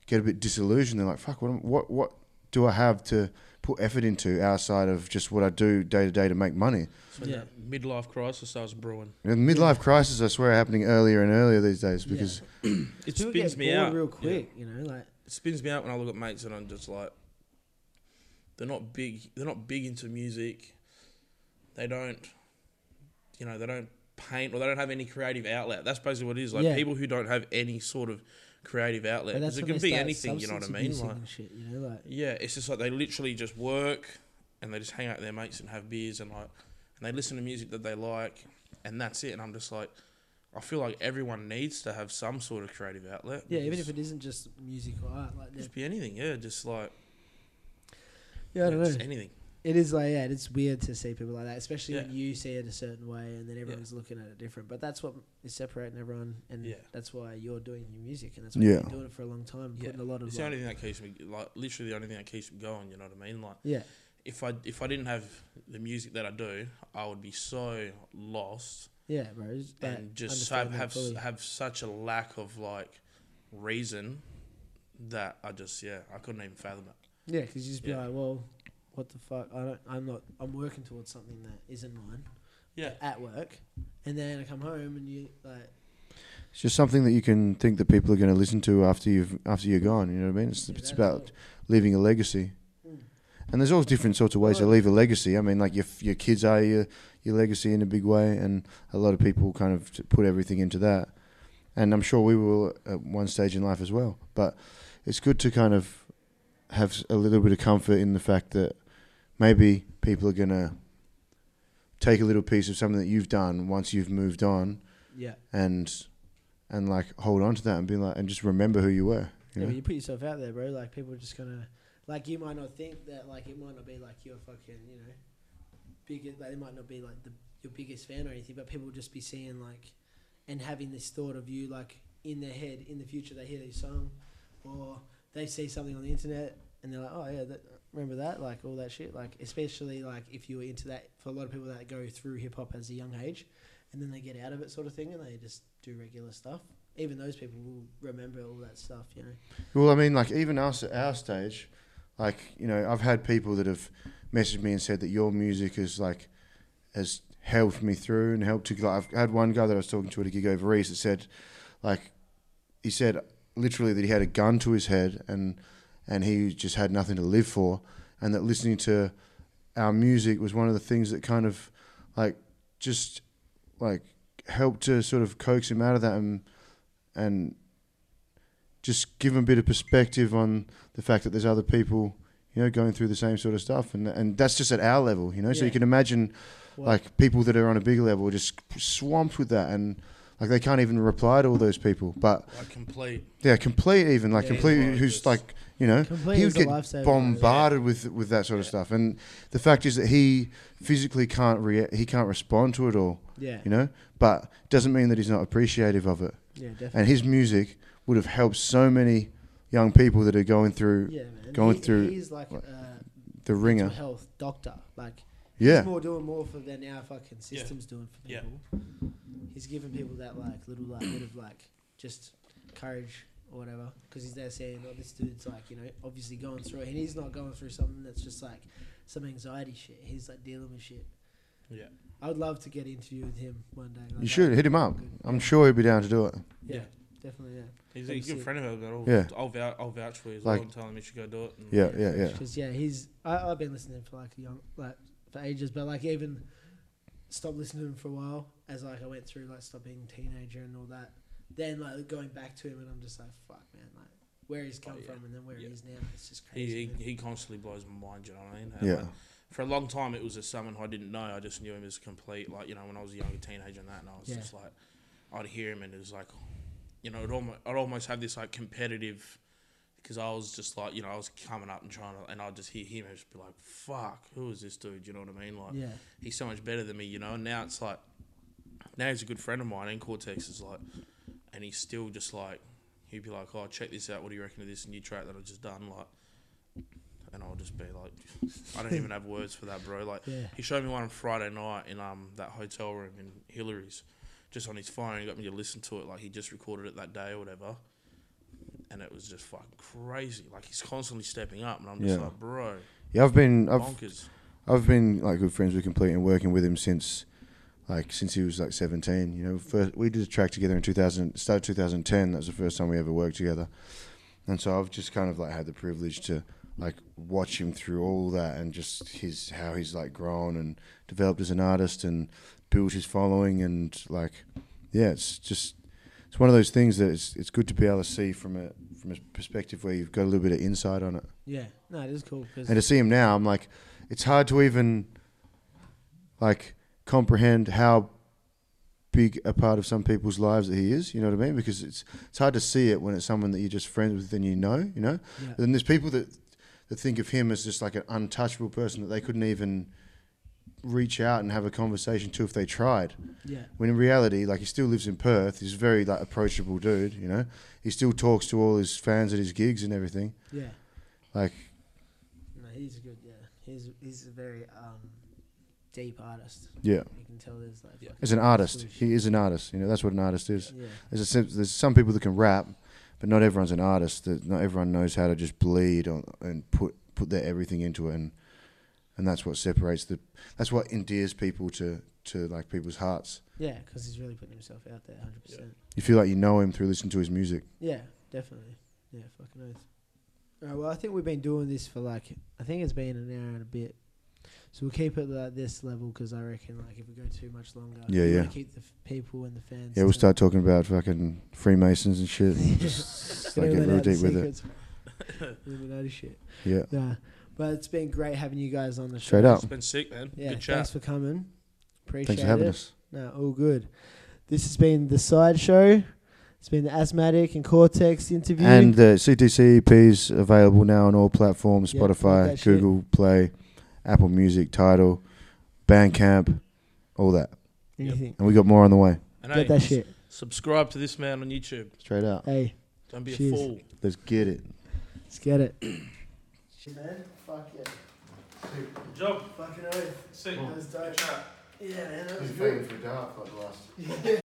get a bit disillusioned. They're like, fuck, what, am- what, what do I have to put effort into outside of just what I do day to day to make money? So yeah. Yeah. that midlife crisis starts brewing. And the midlife crises, I swear, are happening earlier and earlier these days because It People spins get me bored out real Yeah. quick. You know, like It spins me out when I look at mates and I'm just like, they're not big. They're not big into music. They don't, you know, they don't paint or they don't have any creative outlet. That's basically what it is. Like Yeah. people who don't have any sort of creative outlet. but that's Because it when can they be start anything. You know what I substance mean? abusing Like, and shit, you know, like yeah, it's just like they literally just work and they just hang out with their mates and have beers and like and they listen to music that they like and that's it and I'm just like I feel like everyone needs to have some sort of creative outlet. Yeah, even because if it isn't just music or art, like could that. just be anything, yeah, just like yeah, I don't know. yeah, just anything. It is like yeah, it's weird to see people like that, especially when Yeah. you see it a certain way and then everyone's looking at it different. But that's what is separating everyone, and Yeah. that's why you're doing your music, and that's why Yeah. you've been doing it for a long time, Yeah. putting a lot of It's the like, only thing that keeps me like literally the only thing that keeps me going, you know what I mean? Like yeah, if I if I didn't have the music that I do, I would be so lost yeah, bro. it's like, and just understand have that have, fully. have such a lack of like reason that I just yeah I couldn't even fathom it. yeah, because you just be yeah. like, well, what the fuck? I don't, I'm not, I'm working towards something that isn't mine Yeah, at work, and then I come home and you like, it's just something that you can think that people are going to listen to after you've after you're gone. You know what I mean? It's, yeah, it's that's about all. leaving a legacy. Mm. And there's all different sorts of ways to Oh. leave a legacy. I mean, like your your kids are your your legacy in a big way, and a lot of people kind of t- put everything into that. And I'm sure we will at one stage in life as well. But it's good to kind of have s- a little bit of comfort in the fact that maybe people are gonna take a little piece of something that you've done once you've moved on, yeah. and and like hold on to that and be like and just remember who you were. Yeah, you know? but you put yourself out there, bro. Like people are just gonna, like you might not think that, like it might not be like your fucking, you know, biggest. Like, they might not be like the your biggest fan or anything, but people will just be seeing like and having this thought of you like in their head in the future they hear this song or they see something on the internet and they're like oh yeah that, remember that like all that shit like especially like if you were into that for a lot of people that go through hip hop as a young age and then they get out of it sort of thing and they just do regular stuff even those people will remember all that stuff you know Well, I mean, like even us at our stage, like you know, I've had people that have messaged me and said that your music is like has helped me through and helped to. Like, I've had one guy that I was talking to at a gig over East that said, like, he said literally that he had a gun to his head and and he just had nothing to live for, and that listening to our music was one of the things that kind of like just like helped to sort of coax him out of that and and just give them a bit of perspective on the fact that there's other people, you know, going through the same sort of stuff, and and that's just at our level, you know. So Yeah. you can imagine, Well- like people that are on a bigger level, are just swamped with that, and like they can't even reply to all those people. But Like complete. yeah, complete even like Yeah, complete it's like who's this- like you know Complete he is would a get lifesaver, bombarded with with that sort of stuff, and the fact is that he physically can't rea- he can't respond to it all, yeah you know. But doesn't mean that he's not appreciative of it yeah definitely and his music would have helped so many young people that are going through yeah man going He- through he's like like, a the mental ringer. health doctor like Yeah, He's more doing more for than our fucking Yeah. system's doing for Yeah. people. He's giving people that like little like bit of like just courage or whatever because he's there saying, "Oh, this dude's like you know obviously going through it, and he's not going through something that's just like some anxiety shit. He's like dealing with shit." Yeah. I would love to get an interview with him one day. like, you that'd should be hit him up. good. I'm sure he'd be down to do it. Yeah, Yeah. definitely. Yeah. He's a good Obviously. friend of ours, but I'll, Yeah. I'll, vouch, I'll vouch for you as well Like- and tell him you should go do it. and- Yeah, yeah, yeah. Because yeah, he's I, I've been listening for like a young like for ages, but like even stopped listening to him for a while as like I went through like stopping teenager and all that. Then like going back to him and I'm just like fuck man, like where he's come Oh, yeah. from and then where Yeah. he is now, it's just crazy. He, man. he, he constantly blows my mind, you know what I mean? And, Yeah, like, for a long time, it was a someone who I didn't know. I just knew him as complete, like, you know, when I was a younger teenager and that, and I was Yeah. just like, I'd hear him and it was like, you know, it almost, I'd almost have this, like, competitive, because I was just like, you know, I was coming up and trying to, and I'd just hear him and just be like, fuck, who is this dude? You know what I mean? Like, yeah, he's so much better than me, you know. And now it's like, now he's a good friend of mine, and Cortex is like, and he's still just like, he'd be like, oh, check this out. What do you reckon of this new track that I just done? Like, and I'll just be like, I don't even have words for that, bro. Like, Yeah. he showed me one on Friday night in um that hotel room in Hillary's, just on his phone. He got me to listen to it. Like, he just recorded it that day or whatever. And it was just fucking crazy. Like he's constantly stepping up, and I'm just Yeah. like, bro, yeah. I've been I've bonkers. I've been like good friends with Complete and working with him since like since he was like 17. You know, first we did a track together in 2000, started 2010. That was the first time we ever worked together, and so I've just kind of like had the privilege to like watch him through all that and just his how he's like grown and developed as an artist and built his following and like yeah, it's just. It's one of those things that it's, it's good to be able to see from a from a perspective where you've got a little bit of insight on it. yeah. No, it is cool. 'cause- And to see him now, I'm like, it's hard to even like comprehend how big a part of some people's lives that he is. You know what I mean? Because it's it's hard to see it when it's someone that you're just friends with and you know. You know. Yeah. Then there's people that that think of him as just like an untouchable person that they couldn't even reach out and have a conversation to if they tried. yeah, When in reality, like he still lives in Perth, he's a very like approachable dude. You know, he still talks to all his fans at his gigs and everything. yeah. Like No, he's good. Yeah, he's he's a very um deep artist. yeah. You can tell there's like Yeah. fucking As an artist, solution. he is an artist. You know that's what an artist is. yeah. There's, a, sim- there's some people that can rap, but not everyone's an artist. That not everyone knows how to just bleed on, and put put their everything into it, and and that's what separates the. That's what endears people to to like people's hearts. Yeah, because he's really putting himself out there, hundred percent. You feel like you know him through listening to his music. Yeah, definitely. Yeah, fucking oath. All right, well, I think we've been doing this for like, I think it's been an hour and a bit. So we'll keep it like this level because I reckon like if we go too much longer, Yeah, we yeah. wanna Keep the f- people and the fans. Yeah, we'll to- start talking about fucking Freemasons and shit. And just Gonna like get let real out the deep with it. secrets. Illuminati shit. Yeah, Nah, but it's been great having you guys on the show. straight up. It's been sick, man. Yeah, Good thanks chat. for coming. Appreciate Thanks for having it. us. No, all good. This has been the side show. It's been the asthmatic and cortex interview. And the CTC EP E is available now on all platforms: Yeah, all that Spotify, shit. Google Play, Apple Music, Tidal, Bandcamp, all that. anything. And we got more on the way. And Get hey, that shit. Subscribe to this man on YouTube. Straight out. Hey, Don't be Cheers. a fool. Let's get it. let's get it. man, fuck yeah. Good job. Fucking oath. See. That was dope. Yeah, man, that was for a dart for the last good.